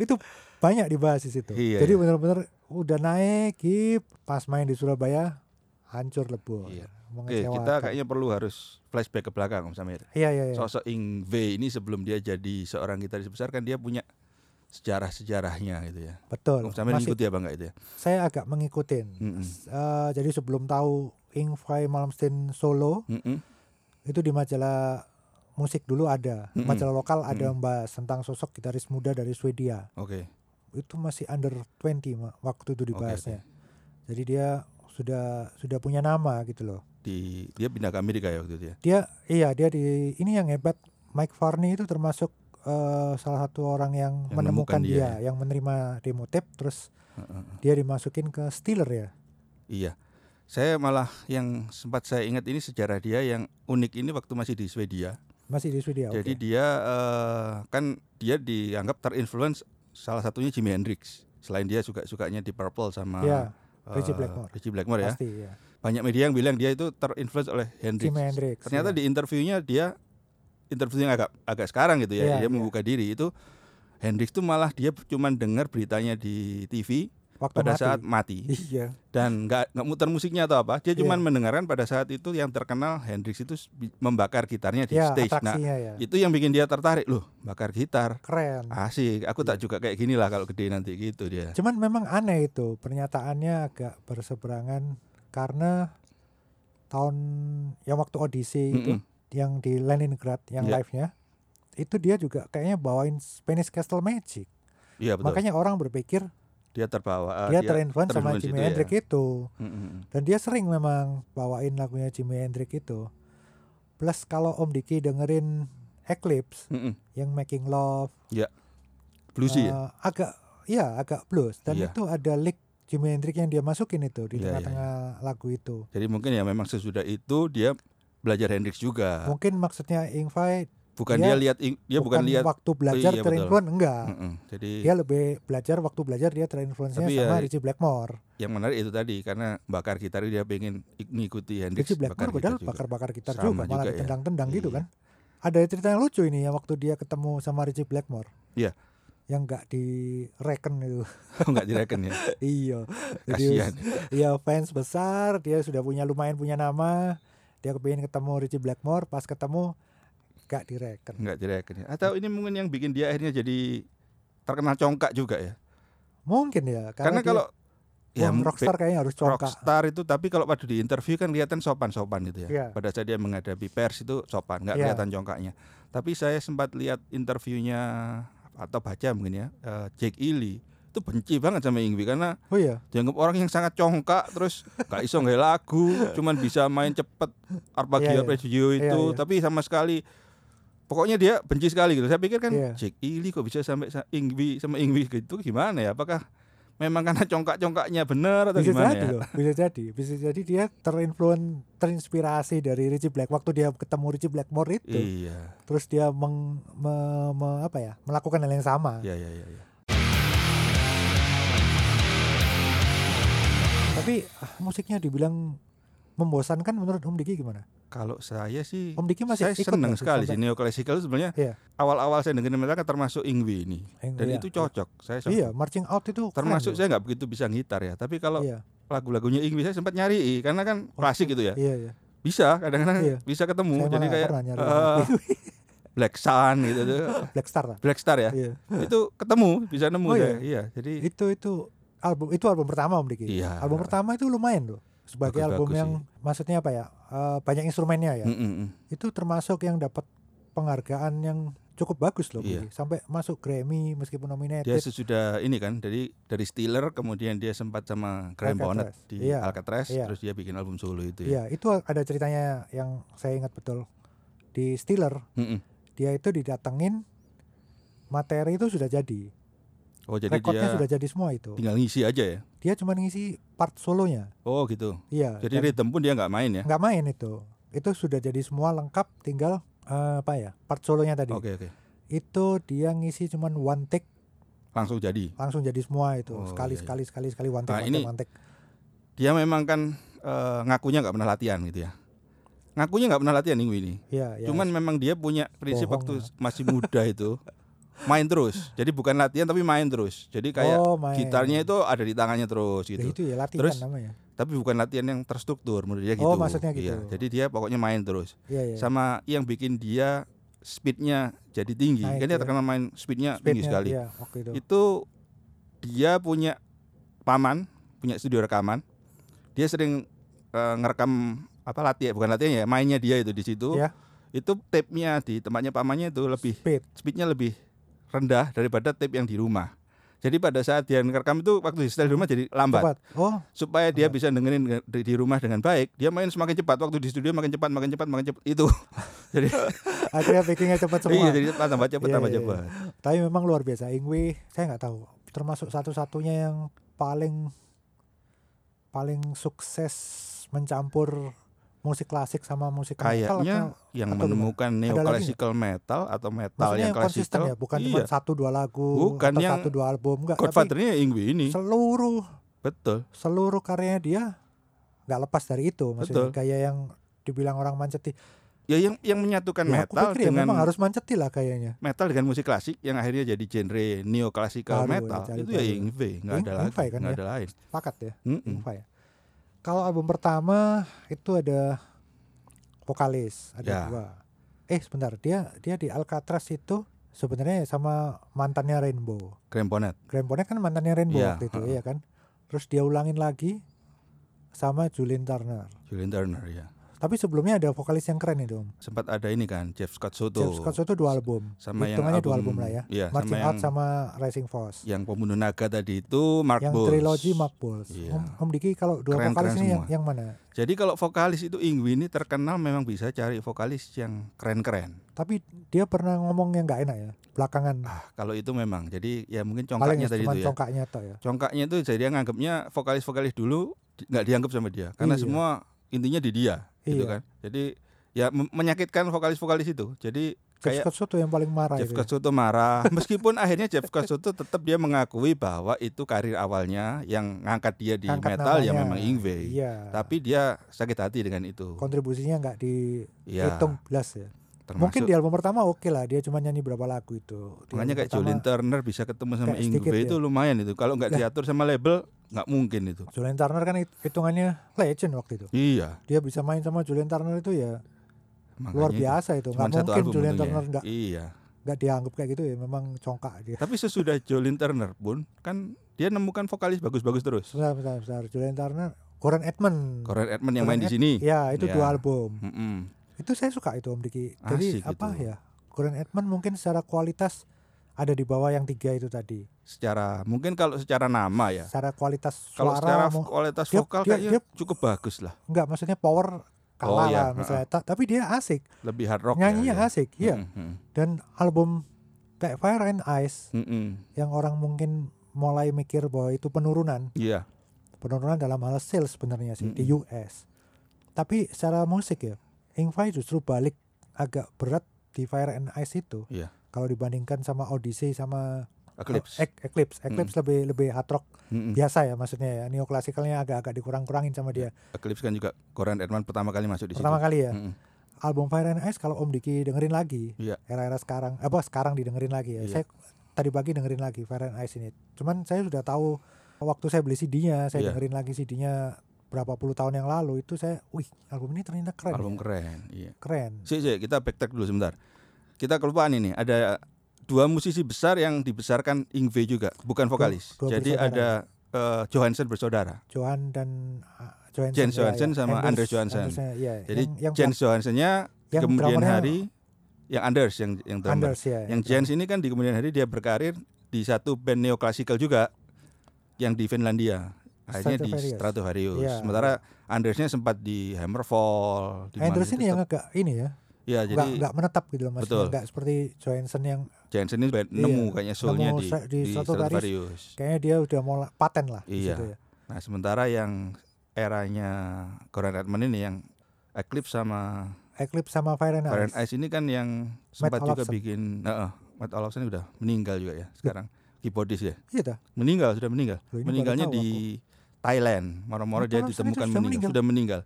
Speaker 1: itu banyak dibahas di situ.
Speaker 2: Iya,
Speaker 1: Jadi
Speaker 2: iya.
Speaker 1: benar-benar udah naik, hip, pas main di Surabaya hancur lebur.
Speaker 2: Iya. Oke, kita
Speaker 1: Mengecewakan.
Speaker 2: kayaknya perlu harus flashback ke belakang Om Samir.
Speaker 1: Iya, iya, iya.
Speaker 2: Sosok Ingve ini sebelum dia jadi seorang gitaris besar kan dia punya sejarah-sejarahnya gitu ya.
Speaker 1: Betul.
Speaker 2: Om Samir
Speaker 1: Masih
Speaker 2: ngikuti apa enggak itu ya?
Speaker 1: saya agak mengikutin.
Speaker 2: Mm-mm.
Speaker 1: S- eh, jadi sebelum tahu Ingfai Malmsteen solo
Speaker 2: Mm-mm.
Speaker 1: itu di majalah musik dulu ada,
Speaker 2: Mm-mm.
Speaker 1: majalah lokal ada membahas tentang sosok gitaris muda dari Swedia.
Speaker 2: Oke.
Speaker 1: Itu masih under 20 ma- waktu itu dibahasnya. Jadi dia sudah sudah punya nama gitu loh.
Speaker 2: Di dia pindah ke Amerika ya waktu itu ya.
Speaker 1: Dia iya dia di ini yang hebat Mike Varney itu termasuk eh, salah satu orang yang,
Speaker 2: Yang
Speaker 1: menemukan
Speaker 2: nemukan
Speaker 1: dia,
Speaker 2: dia,
Speaker 1: yang menerima demo tape terus
Speaker 2: Heeh.
Speaker 1: dia dimasukin ke Steeler ya.
Speaker 2: Iya. Saya malah yang sempat saya ingat ini sejarah dia yang unik ini waktu masih di Swedia.
Speaker 1: Masih di Swedia. Ya,
Speaker 2: Jadi
Speaker 1: oke.
Speaker 2: dia eh, kan dia dianggap terinfluence salah satunya Jimi Hendrix. Selain dia suka sukanya di Purple sama
Speaker 1: Iya,
Speaker 2: eh,
Speaker 1: Ritchie Blackmore.
Speaker 2: Ritchie Blackmore ya.
Speaker 1: pasti ya.
Speaker 2: Banyak media yang bilang dia itu terinfluence oleh Hendrix.
Speaker 1: Jimi Hendrix.
Speaker 2: Ternyata
Speaker 1: ya.
Speaker 2: di interviewnya dia interview yang agak agak sekarang gitu ya.
Speaker 1: Iya,
Speaker 2: dia
Speaker 1: iya.
Speaker 2: membuka diri itu Hendrix tuh malah dia cuman dengar beritanya di TV
Speaker 1: waktu
Speaker 2: pada
Speaker 1: mati.
Speaker 2: saat mati
Speaker 1: iya.
Speaker 2: dan nggak nggak muter musiknya atau apa dia
Speaker 1: Iya.
Speaker 2: cuman mendengarkan pada saat itu yang terkenal Hendrix itu s- bi- membakar gitarnya di
Speaker 1: Ya,
Speaker 2: stage nah
Speaker 1: atraksinya ya.
Speaker 2: itu yang bikin dia tertarik loh bakar gitar
Speaker 1: Keren.
Speaker 2: asik aku
Speaker 1: Iya.
Speaker 2: tak juga kayak gini lah kalau gede nanti gitu dia
Speaker 1: Cuman memang aneh itu pernyataannya agak berseberangan karena tahun yang waktu audisi itu
Speaker 2: Mm-mm.
Speaker 1: yang di Leningrad yang
Speaker 2: Iya.
Speaker 1: live-nya itu dia juga kayaknya bawain Spanish Castle Magic.
Speaker 2: iya betul Ah,
Speaker 1: Makanya orang berpikir
Speaker 2: dia terbawa
Speaker 1: dia terinfluence sama
Speaker 2: terinfluence
Speaker 1: Jimi
Speaker 2: itu ya.
Speaker 1: Hendrix itu.
Speaker 2: Mm-mm.
Speaker 1: Dan dia sering memang bawain lagunya Jimi Hendrix itu. Plus kalau Om Diki dengerin Eclipse
Speaker 2: Mm-mm.
Speaker 1: yang Making Love
Speaker 2: bluesy ya
Speaker 1: Eh, agak iya agak blues dan
Speaker 2: Iya.
Speaker 1: itu ada lick Jimi Hendrix yang dia masukin itu di
Speaker 2: Iya, iya,
Speaker 1: tengah-tengah lagu itu
Speaker 2: jadi mungkin ya memang sesudah itu dia belajar Hendrix juga
Speaker 1: mungkin maksudnya Ingvai
Speaker 2: bukan
Speaker 1: dia-
Speaker 2: dia, lihat ing- Ah. dia bukan, lihat
Speaker 1: waktu belajar
Speaker 2: iya, betul.
Speaker 1: terinfluence enggak
Speaker 2: Mm-mm. jadi
Speaker 1: dia lebih belajar waktu belajar dia terinfluence sama
Speaker 2: Iya. Tapi ya,
Speaker 1: Ritchie Blackmore
Speaker 2: yang menarik itu tadi karena bakar gitar dia pengen ik- ngikuti Hendrix
Speaker 1: Ritchie Blackmore
Speaker 2: gitar
Speaker 1: padahal
Speaker 2: gitu juga.
Speaker 1: bakar-bakar gitar
Speaker 2: Sama
Speaker 1: juga malah
Speaker 2: juga ya.
Speaker 1: ditendang-tendang gitu
Speaker 2: Iya.
Speaker 1: kan ada cerita yang lucu ini ya waktu dia ketemu sama Ritchie Blackmore
Speaker 2: Iya.
Speaker 1: yang enggak direken itu
Speaker 2: nggak direken ya
Speaker 1: iya
Speaker 2: kasihan
Speaker 1: Iya fans besar, dia sudah punya lumayan punya nama. Dia kepingin ketemu Richie Blackmore, pas ketemu nggak direken.
Speaker 2: nggak direken ya. atau ini mungkin yang bikin dia akhirnya jadi terkenal congkak juga ya
Speaker 1: Mungkin ya
Speaker 2: karena,
Speaker 1: karena, dia-
Speaker 2: kalau
Speaker 1: wah,
Speaker 2: ya mungkin
Speaker 1: rockstar kayaknya harus congkak.
Speaker 2: rockstar itu tapi kalau pada di interview kan kelihatan sopan-sopan gitu ya.
Speaker 1: Iya.
Speaker 2: Pada saat dia menghadapi pers itu sopan, nggak
Speaker 1: Iya.
Speaker 2: kelihatan congkaknya. Tapi saya sempat lihat interviewnya atau baca mungkin ya eh, Jake Ely itu benci banget sama Ingwi karena
Speaker 1: Oh iya.
Speaker 2: dianggap orang yang sangat congkak terus gak iso nggak lagu cuman bisa main cepet
Speaker 1: Iya,
Speaker 2: Arpeggio
Speaker 1: iya.
Speaker 2: Arpeggio itu
Speaker 1: Iya, iya.
Speaker 2: tapi sama sekali pokoknya dia benci sekali gitu saya pikir kan
Speaker 1: Iya.
Speaker 2: Jake Ely kok bisa sampai sa- Ingwi sama Ingwi gitu gimana ya apakah memang karena congkak-congkaknya bener atau
Speaker 1: Bisa
Speaker 2: gimana
Speaker 1: jadi
Speaker 2: ya
Speaker 1: loh, bisa jadi, bisa jadi dia terinfluen, terinspirasi dari Richie Black waktu dia ketemu Richie Blackmore itu,
Speaker 2: Iya,
Speaker 1: terus dia meng, me- me- apa ya, melakukan hal yang sama.
Speaker 2: iya, iya, iya. iya.
Speaker 1: Tapi ah, musiknya dibilang membosankan menurut Om Diki gimana?
Speaker 2: Kalau saya sih,
Speaker 1: Om Diki Oh, masih
Speaker 2: saya
Speaker 1: ikut
Speaker 2: seneng
Speaker 1: nggak sih
Speaker 2: sekali sih
Speaker 1: sampai-
Speaker 2: neoklasikal itu sebenarnya.
Speaker 1: Iya.
Speaker 2: Awal-awal saya dengerin mereka termasuk Ingwi ini,
Speaker 1: Ingwi,
Speaker 2: dan
Speaker 1: iya.
Speaker 2: itu cocok. Saya suka.
Speaker 1: Iya, marching out itu keren
Speaker 2: termasuk
Speaker 1: loh.
Speaker 2: saya nggak begitu bisa gitar ya, tapi kalau
Speaker 1: Iya,
Speaker 2: lagu-lagunya Ingwi saya sempat nyari karena kan klasik gitu ya.
Speaker 1: iya, iya.
Speaker 2: Bisa kadang-kadang
Speaker 1: Iya.
Speaker 2: bisa ketemu.
Speaker 1: Saya
Speaker 2: Jadi
Speaker 1: malah
Speaker 2: kayak
Speaker 1: pernah nyari
Speaker 2: eh,
Speaker 1: lagu.
Speaker 2: Black Sun gitu, tuh.
Speaker 1: Black Star lah.
Speaker 2: Black Star ya.
Speaker 1: Iya.
Speaker 2: Itu ketemu, bisa nemu
Speaker 1: Oh,
Speaker 2: saya.
Speaker 1: iya.
Speaker 2: Iya, jadi
Speaker 1: Itu itu album itu album pertama Om Diki.
Speaker 2: Iya.
Speaker 1: Album pertama itu lumayan loh. Sebagai
Speaker 2: Bagus-bagus
Speaker 1: album yang maksudnya apa ya? eh, banyak instrumennya ya.
Speaker 2: Mm, mm, mm.
Speaker 1: Itu termasuk yang dapat penghargaan yang cukup bagus loh Om
Speaker 2: Iya.
Speaker 1: Diki. Sampai masuk Grammy meskipun nominated.
Speaker 2: Dia sesudah ini kan dari dari Steeler kemudian dia sempat sama Graham Bonnet
Speaker 1: Alcatraz.
Speaker 2: di
Speaker 1: Iya.
Speaker 2: Alcatraz
Speaker 1: Iya.
Speaker 2: terus dia bikin album solo itu ya.
Speaker 1: Iya, itu ada ceritanya yang saya ingat betul. Di Steeler
Speaker 2: Mm-mm.
Speaker 1: dia itu didatengin materi itu sudah jadi
Speaker 2: Oh jadi
Speaker 1: rekodnya
Speaker 2: dia
Speaker 1: sudah jadi semua itu
Speaker 2: tinggal ngisi aja ya.
Speaker 1: dia cuma ngisi part solonya
Speaker 2: Oh gitu.
Speaker 1: iya
Speaker 2: Jadi
Speaker 1: dan
Speaker 2: rhythm pun dia nggak main ya.
Speaker 1: nggak main itu itu sudah jadi semua lengkap tinggal eh, apa ya part solonya tadi
Speaker 2: Oke oke.
Speaker 1: itu dia ngisi cuma one take
Speaker 2: Langsung jadi.
Speaker 1: langsung jadi semua itu
Speaker 2: Oh,
Speaker 1: sekali
Speaker 2: iya, iya.
Speaker 1: sekali sekali sekali one take one
Speaker 2: Nah, ini-
Speaker 1: take, one take.
Speaker 2: Dia memang kan eh, ngakunya nggak pernah latihan gitu ya. Ngakunya nggak pernah latihan minggu ini.
Speaker 1: Iya, iya.
Speaker 2: Cuman memang dia punya prinsip
Speaker 1: Bohong ya.
Speaker 2: waktu
Speaker 1: lah.
Speaker 2: masih muda itu main terus. Jadi bukan latihan tapi main terus. Jadi kayak
Speaker 1: Oh, main.
Speaker 2: gitarnya itu ada di tangannya terus
Speaker 1: Ya,
Speaker 2: gitu.
Speaker 1: itu ya latihan
Speaker 2: Terus-
Speaker 1: namanya
Speaker 2: tapi bukan latihan yang terstruktur menurut dia gitu.
Speaker 1: Oh, maksudnya gitu.
Speaker 2: Iya, jadi dia pokoknya main terus.
Speaker 1: iya iya
Speaker 2: Sama yang bikin dia speednya jadi tinggi.
Speaker 1: Naik,
Speaker 2: Kan dia
Speaker 1: ya.
Speaker 2: terkenal main speednya tinggi
Speaker 1: Speednya,
Speaker 2: sekali.
Speaker 1: iya, waktu itu
Speaker 2: Itu dia punya paman, punya studio rekaman. Dia sering eh, ngerekam apa latihan bukan latihan ya mainnya dia itu di situ.
Speaker 1: Iya.
Speaker 2: Itu tape-nya di tempatnya pamannya itu lebih
Speaker 1: speed
Speaker 2: speednya lebih rendah daripada tape yang di rumah. Jadi pada saat dia ngerekam itu waktu di setel di rumah jadi lambat
Speaker 1: cepat oh
Speaker 2: supaya dia
Speaker 1: Apa?
Speaker 2: bisa dengerin di di rumah dengan baik dia main semakin cepat waktu di studio makin cepat makin cepat makin cepat itu jadi
Speaker 1: akhirnya pickingnya cepat semua
Speaker 2: iya jadi cepat tambah cepat
Speaker 1: Iya,
Speaker 2: tambah
Speaker 1: iya,
Speaker 2: cepat
Speaker 1: Tapi memang luar biasa. Ingwe saya nggak tahu termasuk satu-satunya yang paling paling sukses mencampur musik klasik sama musik metal
Speaker 2: kayaknya
Speaker 1: atau-
Speaker 2: yang
Speaker 1: atau Ada
Speaker 2: menemukan
Speaker 1: lagi
Speaker 2: neoclassical metal atau metal
Speaker 1: maksudnya yang
Speaker 2: yang
Speaker 1: konsisten
Speaker 2: klasikal
Speaker 1: ya, bukan cuma
Speaker 2: iya
Speaker 1: satu dua lagu
Speaker 2: Bukan
Speaker 1: atau
Speaker 2: yang
Speaker 1: satu dua album enggak, tapi
Speaker 2: Godfathernya ya Ingwi ini
Speaker 1: seluruh
Speaker 2: betul
Speaker 1: seluruh karyanya dia nggak lepas dari itu maksudnya
Speaker 2: Betul.
Speaker 1: kayak yang dibilang orang manceti
Speaker 2: ya yang yang menyatukan
Speaker 1: ya, aku
Speaker 2: metal
Speaker 1: pikir ya
Speaker 2: dengan
Speaker 1: memang harus manceti lah kayaknya
Speaker 2: metal dengan musik klasik yang akhirnya jadi genre
Speaker 1: Baru
Speaker 2: neoclassical
Speaker 1: ya,
Speaker 2: metal
Speaker 1: cari
Speaker 2: itu ya
Speaker 1: baru.
Speaker 2: Ingwi nggak ada
Speaker 1: Ing-
Speaker 2: lagi
Speaker 1: Ingwi kan
Speaker 2: nggak
Speaker 1: ya.
Speaker 2: ada lain
Speaker 1: pakat ya
Speaker 2: Mm-mm.
Speaker 1: Ingva ya. Kalau album pertama itu ada vokalis, ada
Speaker 2: Ya.
Speaker 1: dua. Eh sebentar, dia dia di Alcatraz itu sebenarnya sama mantannya Rainbow.
Speaker 2: Graham Bonnet
Speaker 1: Graham Bonnet kan mantannya Rainbow
Speaker 2: Iya,
Speaker 1: waktu itu,
Speaker 2: heeh.
Speaker 1: iya kan? Terus dia ulangin lagi sama Julian Turner.
Speaker 2: Julian Turner ya
Speaker 1: Tapi sebelumnya ada vokalis yang keren itu, Om.
Speaker 2: sempat ada ini kan Jeff Scott Soto
Speaker 1: Jeff Scott itu dua album.
Speaker 2: sama yang
Speaker 1: Hitungannya dua album
Speaker 2: album
Speaker 1: lah ya.
Speaker 2: iya,
Speaker 1: Marching
Speaker 2: sama
Speaker 1: Out
Speaker 2: yang-
Speaker 1: sama Rising Force.
Speaker 2: yang pembunuh naga tadi itu Mark
Speaker 1: yang
Speaker 2: Bowles.
Speaker 1: trilogi Mark Balls.
Speaker 2: Iya.
Speaker 1: Om, Om Diki kalau dua
Speaker 2: Keren-keren
Speaker 1: vokalis ini yang,
Speaker 2: semua.
Speaker 1: yang mana?
Speaker 2: Jadi kalau vokalis itu Ingwi ini terkenal memang bisa cari vokalis yang keren-keren.
Speaker 1: Tapi dia pernah ngomong yang nggak enak ya belakangan.
Speaker 2: Ah, kalau itu memang. Jadi ya mungkin
Speaker 1: paling
Speaker 2: congkaknya tadi
Speaker 1: cuma
Speaker 2: itu ya.
Speaker 1: congkaknya toh ya
Speaker 2: Congkaknya itu jadi dia nganggapnya vokalis-vokalis dulu di- nggak dianggap sama dia
Speaker 1: Iya.
Speaker 2: karena semua intinya di dia
Speaker 1: Iya.
Speaker 2: gitu kan. Jadi ya mem- menyakitkan vokalis-vokalis itu. Jadi
Speaker 1: Jeff
Speaker 2: kayak
Speaker 1: Scott Soto yang paling marah
Speaker 2: Jeff
Speaker 1: itu ya.
Speaker 2: Scott Soto marah meskipun akhirnya Jeff Scott Soto tetap dia mengakui bahwa itu karir awalnya yang ngangkat dia di
Speaker 1: Angkat
Speaker 2: metal ya
Speaker 1: namanya.
Speaker 2: memang Ingwe.
Speaker 1: iya
Speaker 2: Tapi dia sakit hati dengan itu.
Speaker 1: kontribusinya nggak
Speaker 2: Iya.
Speaker 1: dihitung belas ya
Speaker 2: termasuk-
Speaker 1: mungkin di album pertama oke lah dia cuma nyanyi berapa lagu itu Di album
Speaker 2: Makanya kayak
Speaker 1: pertama,
Speaker 2: Jolin Turner bisa ketemu sama
Speaker 1: kayak sedikit Iya.
Speaker 2: Ingwe itu lumayan itu. Kalau nggak
Speaker 1: Lah.
Speaker 2: diatur sama label nggak mungkin itu.
Speaker 1: Julian Turner kan hit- hitungannya legend waktu itu
Speaker 2: Iya.
Speaker 1: dia bisa main sama Julian Turner itu ya
Speaker 2: Makanya
Speaker 1: luar
Speaker 2: itu.
Speaker 1: biasa itu nggak
Speaker 2: Cuman satu
Speaker 1: mungkin
Speaker 2: album
Speaker 1: Julian
Speaker 2: untungnya.
Speaker 1: Turner nggak
Speaker 2: Iya.
Speaker 1: nggak dianggap kayak gitu ya memang congkak dia
Speaker 2: Tapi sesudah Jolin Turner pun kan dia nemukan vokalis bagus-bagus terus.
Speaker 1: sebentar sebentar sebentar Julian Turner Goran Edmond
Speaker 2: Coren Edmond yang main
Speaker 1: Goran
Speaker 2: di
Speaker 1: Ed-
Speaker 2: sini.
Speaker 1: ya itu
Speaker 2: Ya.
Speaker 1: dua album
Speaker 2: Mm-mm.
Speaker 1: itu saya suka itu Om Diki jadi
Speaker 2: Asik
Speaker 1: apa
Speaker 2: itu.
Speaker 1: ya Goran Edmond mungkin secara kualitas ada di bawah yang tiga itu tadi
Speaker 2: Secara mungkin kalau secara nama ya.
Speaker 1: secara kualitas
Speaker 2: Kalau
Speaker 1: suara
Speaker 2: secara
Speaker 1: mau-
Speaker 2: kualitas
Speaker 1: dia-
Speaker 2: vokal
Speaker 1: dia-
Speaker 2: kayaknya cukup bagus lah.
Speaker 1: nggak maksudnya power kalah
Speaker 2: Oh, iya.
Speaker 1: lah misalnya Ta- tapi dia asik
Speaker 2: Lebih hard rock.
Speaker 1: nyanyinya
Speaker 2: ya,
Speaker 1: asik iya
Speaker 2: Mm-mm.
Speaker 1: dan album kayak Fire and Ice
Speaker 2: Mm-mm.
Speaker 1: yang orang mungkin mulai mikir bahwa itu penurunan
Speaker 2: Iya.
Speaker 1: penurunan dalam hal sales sebenarnya sih di
Speaker 2: Mm-mm.
Speaker 1: US tapi secara musik ya Ingvai justru balik agak berat di Fire and Ice itu
Speaker 2: Iya.
Speaker 1: kalau dibandingkan sama Odyssey sama
Speaker 2: Eclipse. Mm.
Speaker 1: Ec- Eclipse Eclipse lebih lebih hard rock
Speaker 2: Mm-mm.
Speaker 1: biasa ya maksudnya ya neoklasikalnya agak-agak dikurang-kurangin sama dia
Speaker 2: Eclipse kan juga Coren Edmond pertama kali masuk di
Speaker 1: pertama
Speaker 2: situ.
Speaker 1: kali ya
Speaker 2: Mm-mm.
Speaker 1: album Fire and Ice kalau Om Diki dengerin lagi
Speaker 2: Iya.
Speaker 1: era-era sekarang eh, apa sekarang didengerin lagi ya
Speaker 2: Iya.
Speaker 1: saya tadi pagi dengerin lagi Fire and Ice ini cuman saya sudah tahu waktu saya beli CD-nya saya
Speaker 2: Iya.
Speaker 1: dengerin lagi CD-nya berapa puluh tahun yang lalu itu saya wih album ini ternyata keren ya.
Speaker 2: Album keren. Iya.
Speaker 1: keren
Speaker 2: Sih, sih, kita backtrack dulu sebentar. Kita kelupaan ini ada dua musisi besar yang dibesarkan Ingve juga, bukan vokalis.
Speaker 1: dua
Speaker 2: Jadi
Speaker 1: bersaudara.
Speaker 2: ada eh, Johansen bersaudara.
Speaker 1: Johan dan ah, Johansen ya,
Speaker 2: Jens
Speaker 1: ya.
Speaker 2: Johansen sama
Speaker 1: Anders-
Speaker 2: Anders Johansen.
Speaker 1: Andersnya, iya.
Speaker 2: Jadi
Speaker 1: yang, yang
Speaker 2: Jens Johansennya di
Speaker 1: yang
Speaker 2: kemudian
Speaker 1: drummernya
Speaker 2: hari yang Anders yang yang drummer.
Speaker 1: Anders ya
Speaker 2: Yang Jens ini kan di kemudian hari dia berkarir di satu band neoklasikal juga yang di Finlandia. Akhirnya di
Speaker 1: Stratovarius.
Speaker 2: Stratovarius.
Speaker 1: Iya.
Speaker 2: Sementara Andersnya sempat di Hammerfall. Di
Speaker 1: Anders
Speaker 2: mana
Speaker 1: ini
Speaker 2: gitu.
Speaker 1: yang agak ini ya
Speaker 2: ya
Speaker 1: nggak
Speaker 2: jadi
Speaker 1: nggak menetap gitu loh maksudnya
Speaker 2: Betul.
Speaker 1: nggak seperti Johansen yang
Speaker 2: Jensen ini band-
Speaker 1: Iya,
Speaker 2: nemu kayaknya soulnya
Speaker 1: nemu
Speaker 2: di,
Speaker 1: stra- di
Speaker 2: di
Speaker 1: Stratovarius.
Speaker 2: Stratovarius.
Speaker 1: kayaknya dia udah mau la- paten lah di
Speaker 2: Iya.
Speaker 1: situ ya.
Speaker 2: Nah, sementara yang eranya Coran Edmond ini yang Eclipse sama
Speaker 1: Eclipse sama Fire and
Speaker 2: Fire and
Speaker 1: Ice.
Speaker 2: Ice ini kan yang sempat juga
Speaker 1: Olofsson.
Speaker 2: bikin heeh, Matt Olofsson udah meninggal juga ya sekarang. Keyboardis ya.
Speaker 1: Iya dah.
Speaker 2: Meninggal, sudah meninggal.
Speaker 1: Loh, ini baru
Speaker 2: Meninggalnya
Speaker 1: tahu
Speaker 2: di Thailand. Moro-moro
Speaker 1: Matt
Speaker 2: dia
Speaker 1: Olofsson itu
Speaker 2: ditemukan
Speaker 1: sudah
Speaker 2: meninggal,
Speaker 1: meninggal.
Speaker 2: sudah meninggal.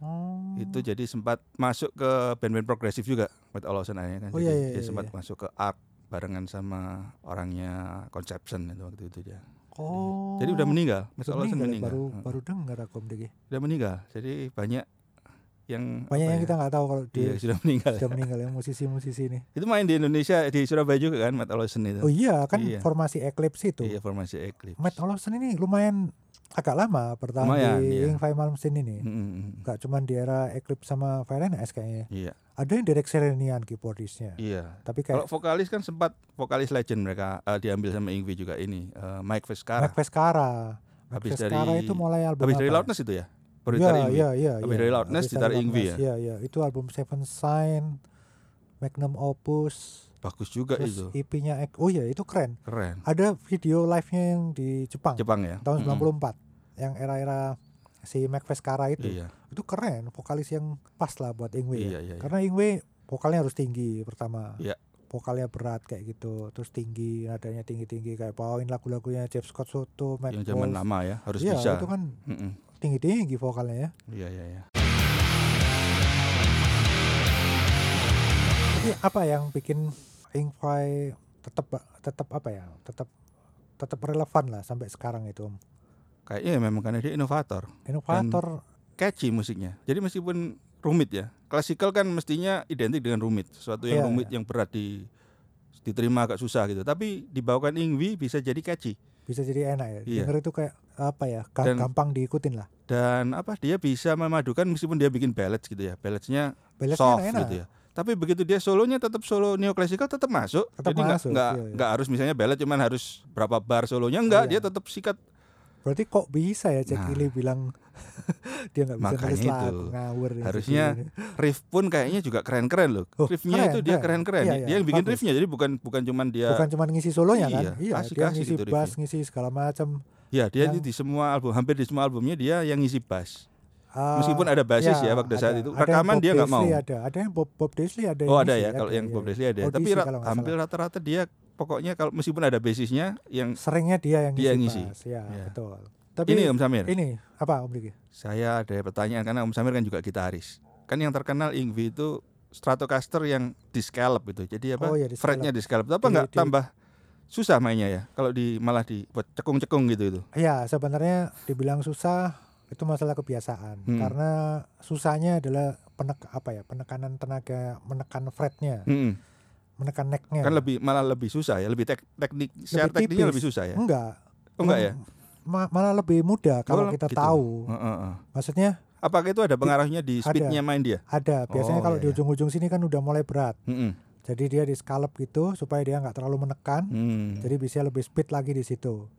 Speaker 1: Oh.
Speaker 2: Itu jadi sempat masuk ke band-band progresif juga Matt Olofsson akhirnya kan.
Speaker 1: Oh,
Speaker 2: jadi
Speaker 1: iya, iya,
Speaker 2: dia
Speaker 1: iya, iya.
Speaker 2: sempat masuk ke art barengan sama orangnya Conception itu waktu itu dia.
Speaker 1: Oh.
Speaker 2: Jadi udah meninggal, Matt
Speaker 1: Udah
Speaker 2: Olofsson
Speaker 1: meninggal ya,
Speaker 2: meninggal.
Speaker 1: Baru
Speaker 2: Heeh.
Speaker 1: baru dengar aku Om Diki.
Speaker 2: sudah meninggal. Jadi banyak
Speaker 1: Banyak
Speaker 2: yang apa
Speaker 1: yang
Speaker 2: ya,
Speaker 1: kita nggak tahu kalau dia
Speaker 2: iya, sudah meninggal.
Speaker 1: sudah meninggal yang musisi-musisi ini.
Speaker 2: Itu main di Indonesia di Surabaya juga kan Matt Olsen itu.
Speaker 1: Oh iya kan
Speaker 2: Iya.
Speaker 1: formasi Eclipse itu.
Speaker 2: Iya formasi Eclipse.
Speaker 1: Matt Olofsson ini lumayan agak lama bertahan
Speaker 2: Lumayan,
Speaker 1: di
Speaker 2: iya.
Speaker 1: Yngwie Malmsteen ini.
Speaker 2: Mm, mm, mm.
Speaker 1: Gak cuman di era Eclipse sama Fire and Ice kayaknya.
Speaker 2: Iya,
Speaker 1: Ada yang Derek Serenian keyboardisnya.
Speaker 2: iya.
Speaker 1: Tapi
Speaker 2: Kalau
Speaker 1: kayak
Speaker 2: vokalis kan sempat vokalis legend mereka eh, diambil sama Ingvi juga ini eh, Mike Vescara.
Speaker 1: Mike Pescara.
Speaker 2: Habis
Speaker 1: Pescara
Speaker 2: dari-
Speaker 1: itu mulai album
Speaker 2: Habis dari
Speaker 1: apa?
Speaker 2: Loudness itu ya. Baru
Speaker 1: Iya,
Speaker 2: ditarik Yngwie.
Speaker 1: iya, iya.
Speaker 2: Habis
Speaker 1: iya.
Speaker 2: dari Loudness,
Speaker 1: Habis
Speaker 2: ditarik ya?
Speaker 1: dari
Speaker 2: Yngwie
Speaker 1: Loudness, Iya, iya. Itu album Seven Sign, Magnum Opus,
Speaker 2: Bagus juga
Speaker 1: terus
Speaker 2: itu.
Speaker 1: EP-nya Ek- Oh iya, itu keren.
Speaker 2: Keren.
Speaker 1: Ada video live-nya yang di Jepang
Speaker 2: Jepang ya.
Speaker 1: tahun
Speaker 2: Mm, mm.
Speaker 1: 94 yang era-era si Mac Vescara itu.
Speaker 2: Iya,
Speaker 1: Itu keren, vokalis yang pas lah buat Ingwe.
Speaker 2: iya, iya. iya.
Speaker 1: Karena Ingwe vokalnya harus tinggi pertama.
Speaker 2: Iya.
Speaker 1: Vokalnya berat kayak gitu, terus tinggi, nadanya tinggi-tinggi kayak bawain lagu-lagunya Jeff Scott Soto, Matt
Speaker 2: Yang zaman
Speaker 1: Walsh.
Speaker 2: lama ya harus
Speaker 1: Iya,
Speaker 2: bisa.
Speaker 1: itu kan
Speaker 2: Mm, mm.
Speaker 1: tinggi-tinggi vokalnya ya.
Speaker 2: Iya, iya, iya.
Speaker 1: Tapi apa yang bikin Ingfai tetap tetap apa ya? Tetap tetap relevan lah sampai sekarang itu, Om.
Speaker 2: Kayaknya ya memang karena dia inovator.
Speaker 1: Inovator
Speaker 2: catchy musiknya. Jadi meskipun rumit ya, klasikal kan mestinya identik dengan rumit, sesuatu yang
Speaker 1: Iya,
Speaker 2: rumit yang berat di diterima agak susah gitu. Tapi dibawakan Ingwi bisa jadi catchy
Speaker 1: bisa jadi enak ya.
Speaker 2: Iya.
Speaker 1: Denger itu kayak apa ya? ga-
Speaker 2: Dan-
Speaker 1: gampang diikutin lah.
Speaker 2: dan apa dia bisa memadukan meskipun dia bikin ballads gitu ya, balladsnya
Speaker 1: Balance
Speaker 2: soft
Speaker 1: enak.
Speaker 2: gitu ya. Tapi begitu dia solonya tetap solo neoklasikal tetap masuk.
Speaker 1: Tetap
Speaker 2: Jadi nggak
Speaker 1: masuk,
Speaker 2: nggak
Speaker 1: iya, iya.
Speaker 2: nggak harus misalnya ballad cuman harus berapa bar solonya
Speaker 1: Iya.
Speaker 2: enggak, dia tetap sikat.
Speaker 1: Berarti kok bisa ya Jack
Speaker 2: Nah.
Speaker 1: Ili bilang dia nggak bisa
Speaker 2: Makanya
Speaker 1: nulis
Speaker 2: itu.
Speaker 1: lagu ngawur ya,
Speaker 2: Harusnya
Speaker 1: Jack Ili.
Speaker 2: Riff pun kayaknya juga keren-keren loh.
Speaker 1: Oh,
Speaker 2: Riffnya
Speaker 1: keren,
Speaker 2: itu dia
Speaker 1: keren.
Speaker 2: keren-keren.
Speaker 1: Iya, iya,
Speaker 2: Dia yang bikin
Speaker 1: bagus.
Speaker 2: riffnya jadi bukan bukan cuman dia
Speaker 1: bukan cuma ngisi solonya kan.
Speaker 2: Iya,
Speaker 1: Iya,
Speaker 2: asik-
Speaker 1: dia
Speaker 2: asik
Speaker 1: ngisi
Speaker 2: itu riffnya.
Speaker 1: bass, ngisi segala macam.
Speaker 2: Ya dia
Speaker 1: Yang-
Speaker 2: di semua album hampir di semua albumnya dia yang ngisi bass.
Speaker 1: Ah,
Speaker 2: Meskipun ada bassis ya pada saat itu.
Speaker 1: yang
Speaker 2: Rekaman
Speaker 1: Bob
Speaker 2: dia nggak
Speaker 1: Daisley
Speaker 2: mau.
Speaker 1: Ada, ada yang Bob, Bob Daisley ada.
Speaker 2: Oh ada
Speaker 1: ngisi,
Speaker 2: ya kalau yang
Speaker 1: iya,
Speaker 2: Bob
Speaker 1: iya.
Speaker 2: Daisley ada. ya.
Speaker 1: Audisi
Speaker 2: Tapi ra-
Speaker 1: kalau nggak salah.
Speaker 2: hampir rata-rata dia pokoknya kalau meskipun ada basisnya yang
Speaker 1: seringnya dia yang
Speaker 2: Dia yang
Speaker 1: ngisi,
Speaker 2: ngisi.
Speaker 1: bass, ya,
Speaker 2: Iya.
Speaker 1: betul tapi
Speaker 2: ini
Speaker 1: ini,
Speaker 2: Om Samir.
Speaker 1: apa om Diki
Speaker 2: Saya ada pertanyaan karena Om Samir kan juga gitaris. Kan yang terkenal Ingvi itu Stratocaster yang di scallop itu. Jadi apa?
Speaker 1: Oh, iya, di
Speaker 2: fretnya di scallop. Itu apa
Speaker 1: Di-
Speaker 2: nggak
Speaker 1: di-
Speaker 2: tambah susah mainnya ya? Kalau di malah dibuat cekung-cekung gitu itu.
Speaker 1: ya sebenarnya dibilang susah itu masalah kebiasaan
Speaker 2: Hmm.
Speaker 1: karena susahnya adalah penek apa ya penekanan tenaga menekan fretnya
Speaker 2: Mm-mm.
Speaker 1: menekan necknya
Speaker 2: Kan lebih malah lebih susah ya, lebih tek- teknik share
Speaker 1: Iya. Lebih
Speaker 2: tekniknya
Speaker 1: tipis. Hmm.
Speaker 2: lebih susah ya.
Speaker 1: enggak
Speaker 2: Oh, enggak ya?
Speaker 1: Ma- malah lebih mudah kalau
Speaker 2: Oh,
Speaker 1: kita
Speaker 2: gitu.
Speaker 1: tahu
Speaker 2: Heeh, heeh.
Speaker 1: maksudnya
Speaker 2: Apakah itu ada pengaruhnya di
Speaker 1: Ada.
Speaker 2: speednya main dia?
Speaker 1: ada biasanya
Speaker 2: Oh,
Speaker 1: kalau
Speaker 2: iya,
Speaker 1: di
Speaker 2: iya.
Speaker 1: ujung-ujung sini kan udah mulai berat
Speaker 2: Mm-mm.
Speaker 1: jadi dia di scallop gitu supaya dia nggak terlalu menekan
Speaker 2: Hmm.
Speaker 1: jadi bisa lebih speed lagi di situ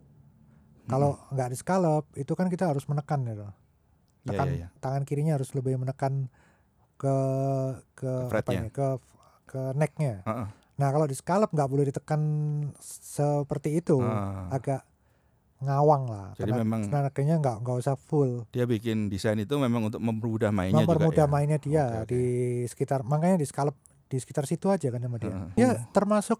Speaker 1: kalau
Speaker 2: Hmm.
Speaker 1: nggak di scallop itu kan kita harus menekan ya Dok.
Speaker 2: Ya,
Speaker 1: tekan
Speaker 2: ya, ya.
Speaker 1: tangan kirinya harus lebih menekan ke ke
Speaker 2: Ke fretnya.
Speaker 1: apanya, ke ke necknya
Speaker 2: Heeh.
Speaker 1: nah kalau di scallop nggak boleh ditekan seperti itu
Speaker 2: Ah.
Speaker 1: agak ngawang lah
Speaker 2: Jadi
Speaker 1: karena
Speaker 2: memang-
Speaker 1: tenaganya nggak nggak usah full
Speaker 2: Dia bikin desain itu memang untuk mempermudah mainnya
Speaker 1: mempermudah
Speaker 2: juga. ya?
Speaker 1: mainnya dia
Speaker 2: Oke, oke.
Speaker 1: di sekitar makanya di scallop di sekitar situ aja kan sama dia
Speaker 2: Heeh.
Speaker 1: ya termasuk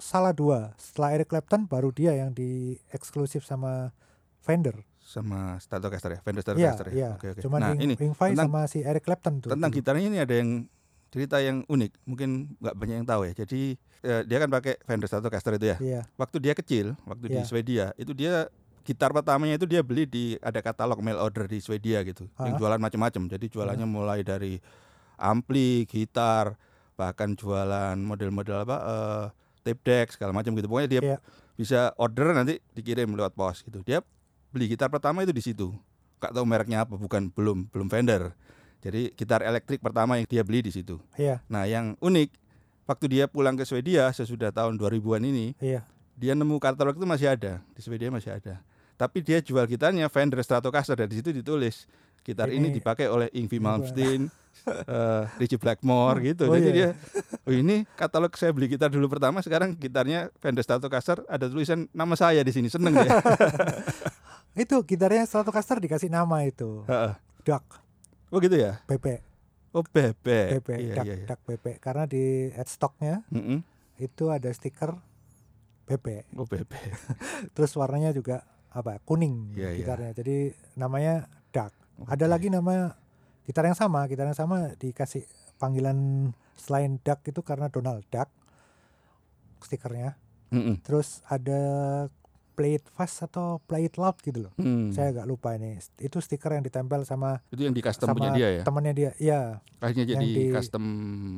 Speaker 1: salah dua setelah Eric Clapton baru dia yang di eksklusif sama Fender
Speaker 2: Sama Stratocaster ya, Fender
Speaker 1: Iya,
Speaker 2: Stratocaster ya.
Speaker 1: iya.
Speaker 2: Oke, oke.
Speaker 1: Cuman
Speaker 2: Nah,
Speaker 1: Ring-
Speaker 2: ini
Speaker 1: Ring Five
Speaker 2: tentang-
Speaker 1: sama si Eric Clapton tuh.
Speaker 2: Tentang
Speaker 1: dulu.
Speaker 2: gitarnya ini ada yang cerita yang unik, mungkin nggak banyak yang tahu ya. Jadi eh, dia kan pakai Fender Stratocaster itu ya.
Speaker 1: Iya,
Speaker 2: Waktu dia kecil, waktu
Speaker 1: Iya.
Speaker 2: di Swedia, itu dia gitar pertamanya itu dia beli di ada katalog mail order di Swedia gitu, yang
Speaker 1: Ah.
Speaker 2: jualan macam-macam. Jadi jualannya
Speaker 1: Iya.
Speaker 2: mulai dari ampli, gitar, bahkan jualan model-model apa eh, tape deck segala macam gitu. Pokoknya dia
Speaker 1: Iya.
Speaker 2: bisa order nanti dikirim lewat pos gitu. Dia beli gitar pertama itu di situ. Gak tahu mereknya apa, bukan belum belum Fender. Jadi gitar elektrik pertama yang dia beli di situ.
Speaker 1: iya,
Speaker 2: Nah, yang unik waktu dia pulang ke Swedia sesudah tahun 2000-an ini,
Speaker 1: iya.
Speaker 2: dia nemu katalog itu masih ada, di Swedia masih ada. Tapi dia jual gitarnya Fender Stratocaster dan di situ ditulis gitar
Speaker 1: Ini-
Speaker 2: ini, dipakai oleh
Speaker 1: Ini-
Speaker 2: Yngwie Malmsteen, eh, Richie Blackmore gitu.
Speaker 1: Oh,
Speaker 2: Jadi
Speaker 1: iya.
Speaker 2: dia oh ini katalog saya beli gitar dulu pertama, sekarang gitarnya Fender Stratocaster ada tulisan nama saya di sini. Seneng ya." dia.
Speaker 1: Itu gitarnya Stratocaster dikasih nama itu.
Speaker 2: Heeh.
Speaker 1: Duck
Speaker 2: oh gitu ya.
Speaker 1: BP,
Speaker 2: Oh bebek.
Speaker 1: BP,
Speaker 2: Iya
Speaker 1: Duck,
Speaker 2: iya iya.
Speaker 1: Duck BP karena di headstocknya
Speaker 2: Mm-mm.
Speaker 1: itu ada stiker BP.
Speaker 2: Oh bebek.
Speaker 1: Terus warnanya juga apa? Kuning
Speaker 2: Iya, iya.
Speaker 1: gitarnya. Jadi namanya Duck. Ada
Speaker 2: Oke.
Speaker 1: lagi nama gitar yang sama, gitar yang sama dikasih panggilan selain Duck itu karena Donald Duck stikernya.
Speaker 2: Mm-mm.
Speaker 1: Terus ada play it fast atau play it loud gitu loh.
Speaker 2: Hmm.
Speaker 1: Saya agak lupa ini. Itu stiker yang ditempel sama
Speaker 2: Itu yang di custom punya
Speaker 1: sama
Speaker 2: dia ya.
Speaker 1: temannya dia. Iya.
Speaker 2: Akhirnya jadi
Speaker 1: yang di
Speaker 2: custom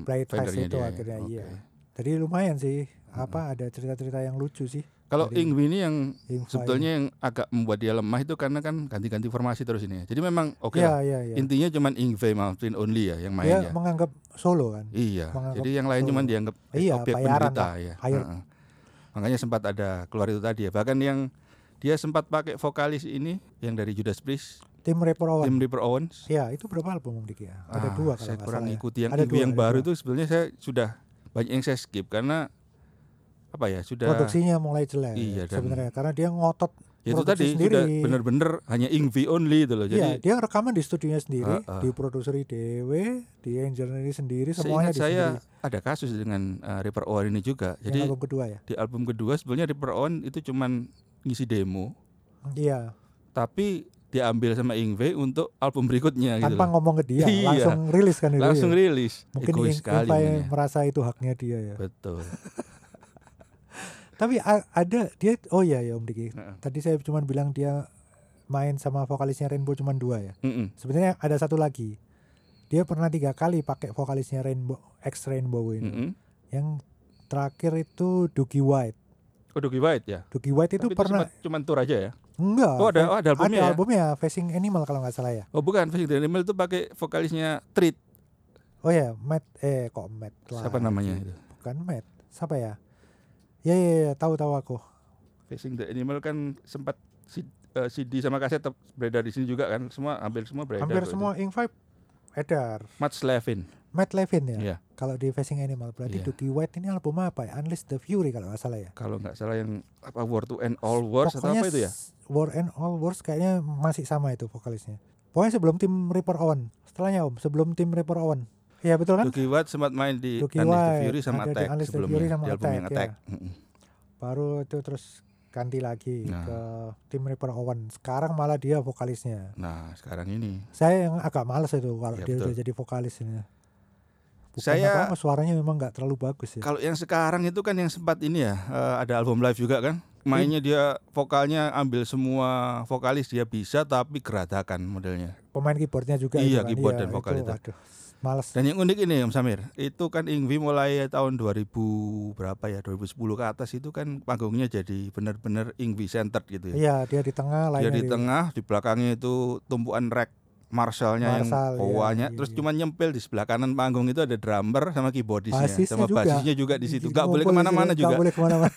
Speaker 1: Bright Eyes
Speaker 2: Fendernya
Speaker 1: itu
Speaker 2: dia. ya.
Speaker 1: akhirnya,
Speaker 2: Oke.
Speaker 1: iya. Jadi lumayan sih. Apa ada cerita-cerita yang lucu sih.
Speaker 2: Kalau
Speaker 1: Jadi-
Speaker 2: Ingwi ini yang
Speaker 1: Yang
Speaker 2: sebetulnya yang agak membuat dia lemah itu karena kan ganti-ganti formasi terus ini ya. Jadi memang oke
Speaker 1: Iya,
Speaker 2: lah.
Speaker 1: iya, iya.
Speaker 2: Intinya cuman Ingve Mountain only ya yang
Speaker 1: Dia
Speaker 2: mainnya.
Speaker 1: menganggap solo kan.
Speaker 2: Iya.
Speaker 1: menganggap
Speaker 2: Jadi yang lain
Speaker 1: betul.
Speaker 2: cuman dianggap
Speaker 1: Iya,
Speaker 2: objek
Speaker 1: bayaran
Speaker 2: penderita
Speaker 1: lah.
Speaker 2: ya.
Speaker 1: Hire.
Speaker 2: Heeh. Makanya sempat ada keluar itu tadi ya. Bahkan yang dia sempat pakai vokalis ini yang dari Judas Priest,
Speaker 1: Tim Reaper Owen.
Speaker 2: Tim Reaper Owens.
Speaker 1: Iya, itu berapa album Dik ya? Ada
Speaker 2: Ah,
Speaker 1: dua kalau
Speaker 2: saya
Speaker 1: nggak
Speaker 2: kurang
Speaker 1: salah ya. iya.
Speaker 2: ngikuti yang
Speaker 1: Ada
Speaker 2: Ingwe
Speaker 1: dua,
Speaker 2: yang
Speaker 1: ada
Speaker 2: baru
Speaker 1: dua.
Speaker 2: itu sebenarnya saya sudah banyak yang saya skip karena apa ya sudah
Speaker 1: Produksinya mulai jelek
Speaker 2: Iya, dan-
Speaker 1: sebenarnya karena dia ngotot
Speaker 2: Ya itu
Speaker 1: produksi
Speaker 2: tadi
Speaker 1: sendiri.
Speaker 2: sudah benar-benar hanya Ingvi only itu loh.
Speaker 1: Iya,
Speaker 2: Jadi
Speaker 1: dia rekaman di studionya sendiri,
Speaker 2: Ah, ah.
Speaker 1: di produseri dewe, di engineering sendiri, semuanya
Speaker 2: seingat
Speaker 1: di
Speaker 2: saya
Speaker 1: sendiri.
Speaker 2: ada kasus dengan uh, Reaper Owen ini juga.
Speaker 1: Yang
Speaker 2: Jadi
Speaker 1: album kedua ya.
Speaker 2: di album kedua sebenarnya Reaper Owen itu cuman ngisi demo,
Speaker 1: Iya,
Speaker 2: Nah, tapi diambil sama Ingvi untuk album berikutnya gitu.
Speaker 1: tanpa
Speaker 2: loh.
Speaker 1: ngomong ke dia,
Speaker 2: Iya.
Speaker 1: langsung rilis kan itu.
Speaker 2: Langsung
Speaker 1: ya.
Speaker 2: rilis.
Speaker 1: Mungkin
Speaker 2: Egois
Speaker 1: Ing-
Speaker 2: sekali
Speaker 1: Ingvai
Speaker 2: mungkin ya.
Speaker 1: merasa itu haknya dia ya.
Speaker 2: Betul.
Speaker 1: Tapi a- ada dia oh iya ya Om Diki.
Speaker 2: Heeh.
Speaker 1: Tadi saya cuma bilang dia main sama vokalisnya Rainbow cuma dua ya.
Speaker 2: Mm-mm.
Speaker 1: Sebenarnya ada satu lagi. Dia pernah tiga kali pakai vokalisnya Rainbow X Rainbow ini.
Speaker 2: Mm-mm.
Speaker 1: Yang terakhir itu Doogie White.
Speaker 2: Oh, Doggy White ya.
Speaker 1: Doogie White itu
Speaker 2: Tapi
Speaker 1: pernah
Speaker 2: sempat- cuman tour aja ya.
Speaker 1: enggak.
Speaker 2: Oh, ada-
Speaker 1: Fe-
Speaker 2: oh, ada albumnya ya?
Speaker 1: Facing Animal kalau nggak salah ya.
Speaker 2: Oh, bukan Facing the Animal itu pakai vokalisnya Treat.
Speaker 1: Oh ya, Matt eh kok Matt lah.
Speaker 2: Siapa namanya
Speaker 1: iya.
Speaker 2: itu?
Speaker 1: Bukan Matt. Siapa ya? Ya ya ya, tahu tahu aku.
Speaker 2: Facing the Animal kan sempat si- eh, CD sama kaset tetap beredar di sini juga kan semua hampir semua beredar
Speaker 1: Hampir
Speaker 2: kok itu.
Speaker 1: semua Ink Vibe edar.
Speaker 2: Matt Slavin
Speaker 1: Matt Levin ya.
Speaker 2: Iya.
Speaker 1: Kalau di Facing Animal berarti
Speaker 2: Iya.
Speaker 1: Doogie White ini album apa ya? Unleash the Fury kalau nggak salah ya.
Speaker 2: kalau nggak salah yang apa War to End All Wars atau apa itu ya
Speaker 1: s- War and All Wars kayaknya masih sama itu vokalisnya. Pokoknya sebelum tim Reaper Owen, setelahnya Om, sebelum tim Reaper Owen. Iya betul kan?
Speaker 2: Doogie White sempat main di
Speaker 1: Doogie
Speaker 2: Unleash the
Speaker 1: White,
Speaker 2: Fury sama
Speaker 1: ada di
Speaker 2: Attack
Speaker 1: Unleash the
Speaker 2: sebelumnya
Speaker 1: Fury sama
Speaker 2: di album yang
Speaker 1: Attack, ya.
Speaker 2: Attack Mm-mm.
Speaker 1: Baru itu terus ganti lagi
Speaker 2: Nah.
Speaker 1: ke tim Reaper Owen. Sekarang malah dia vokalisnya.
Speaker 2: nah sekarang ini
Speaker 1: Saya yang agak males itu kalau
Speaker 2: Iya,
Speaker 1: dia
Speaker 2: betul.
Speaker 1: udah jadi vokalis ini. Bukan
Speaker 2: Saya-
Speaker 1: apa-apa, suaranya memang nggak terlalu bagus ya.
Speaker 2: kalau yang sekarang itu kan yang sempat ini ya eh, ada album live juga kan mainnya dia vokalnya ambil semua vokalis dia bisa tapi geradakan modelnya
Speaker 1: Pemain keyboardnya juga itu kan.
Speaker 2: Iya, keyboard dan
Speaker 1: itu,
Speaker 2: vokal itu.
Speaker 1: waduh. males
Speaker 2: Dan yang unik ini Om Samir, itu kan Ingwi mulai tahun 2000 berapa ya, 2010 ke atas itu kan panggungnya jadi benar-benar Ingwi centered gitu ya.
Speaker 1: iya dia di tengah
Speaker 2: Dia
Speaker 1: lainnya gitu.
Speaker 2: di tengah, di belakangnya itu tumpuan rack Marshallnya yang
Speaker 1: Marshall, iya,
Speaker 2: kowanya,
Speaker 1: iya,
Speaker 2: terus
Speaker 1: iya.
Speaker 2: cuma nyempil di sebelah kanan panggung itu ada drummer sama keyboardisnya,
Speaker 1: Basisnya
Speaker 2: sama
Speaker 1: juga.
Speaker 2: basisnya juga di situ, nggak boleh
Speaker 1: Ngumpul di
Speaker 2: kemana-mana
Speaker 1: sini,
Speaker 2: juga.
Speaker 1: nggak boleh kemana-mana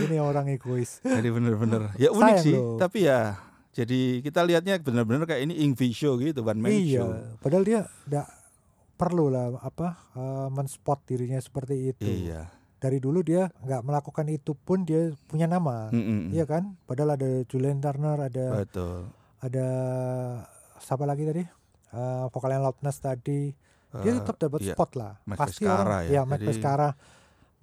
Speaker 1: ini orang egois
Speaker 2: Jadi bener-bener ya unik
Speaker 1: Sayang
Speaker 2: sih,
Speaker 1: loh.
Speaker 2: tapi ya jadi kita lihatnya bener-bener kayak ini Ingvi show gitu, one man
Speaker 1: iya
Speaker 2: show.
Speaker 1: padahal dia nggak perlu lah apa eh, menspot dirinya seperti itu
Speaker 2: Iya.
Speaker 1: dari dulu dia nggak melakukan itu pun dia punya nama
Speaker 2: Mm-mm.
Speaker 1: iya kan padahal ada Julian Turner ada
Speaker 2: Betul.
Speaker 1: ada siapa lagi tadi Eh vokalnya Loudness tadi dia
Speaker 2: Eh,
Speaker 1: tetap dapat
Speaker 2: iya.
Speaker 1: spot lah
Speaker 2: Mike
Speaker 1: pasti
Speaker 2: Pescara
Speaker 1: orang
Speaker 2: ya,
Speaker 1: ya, Mike
Speaker 2: jadi-
Speaker 1: Pescara.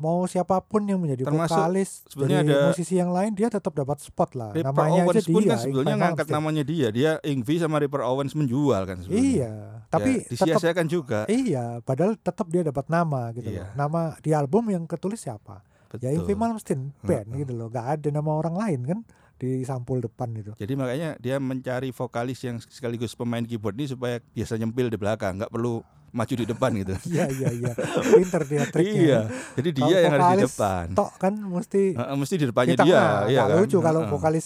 Speaker 1: mau siapapun yang menjadi
Speaker 2: Termasuk
Speaker 1: vokalis
Speaker 2: sebenarnya
Speaker 1: dari
Speaker 2: ada-
Speaker 1: musisi yang lain dia tetap dapat spot lah
Speaker 2: Ripper
Speaker 1: namanya aja
Speaker 2: Owens
Speaker 1: dia
Speaker 2: pun kan
Speaker 1: Ingmar
Speaker 2: sebelumnya
Speaker 1: Malmsteen.
Speaker 2: ngangkat namanya dia. Dia Ingvi sama Ripper Owens menjual kan sebelumnya.
Speaker 1: iya tapi
Speaker 2: ya,
Speaker 1: tetap
Speaker 2: disia-siakan juga.
Speaker 1: iya padahal tetap dia dapat nama gitu
Speaker 2: Iya.
Speaker 1: loh nama di album yang ketulis siapa ya
Speaker 2: Betul.
Speaker 1: Ingmar Malmsteen band
Speaker 2: Heeh.
Speaker 1: gitu loh nggak ada nama orang lain kan di sampul depan itu
Speaker 2: Jadi makanya dia mencari vokalis yang sekaligus pemain keyboard ini supaya biasa nyempil di belakang, nggak perlu maju di depan gitu.
Speaker 1: iya iya iya pinter dia triknya
Speaker 2: iya. Jadi
Speaker 1: Kalau
Speaker 2: dia yang harus di
Speaker 1: vokalis
Speaker 2: depan.
Speaker 1: Tok kan mesti
Speaker 2: Heeh, mesti di
Speaker 1: di
Speaker 2: depannya
Speaker 1: tengah.
Speaker 2: dia,
Speaker 1: Nggak
Speaker 2: iya kan?
Speaker 1: lucu kalau
Speaker 2: Heeh.
Speaker 1: vokalis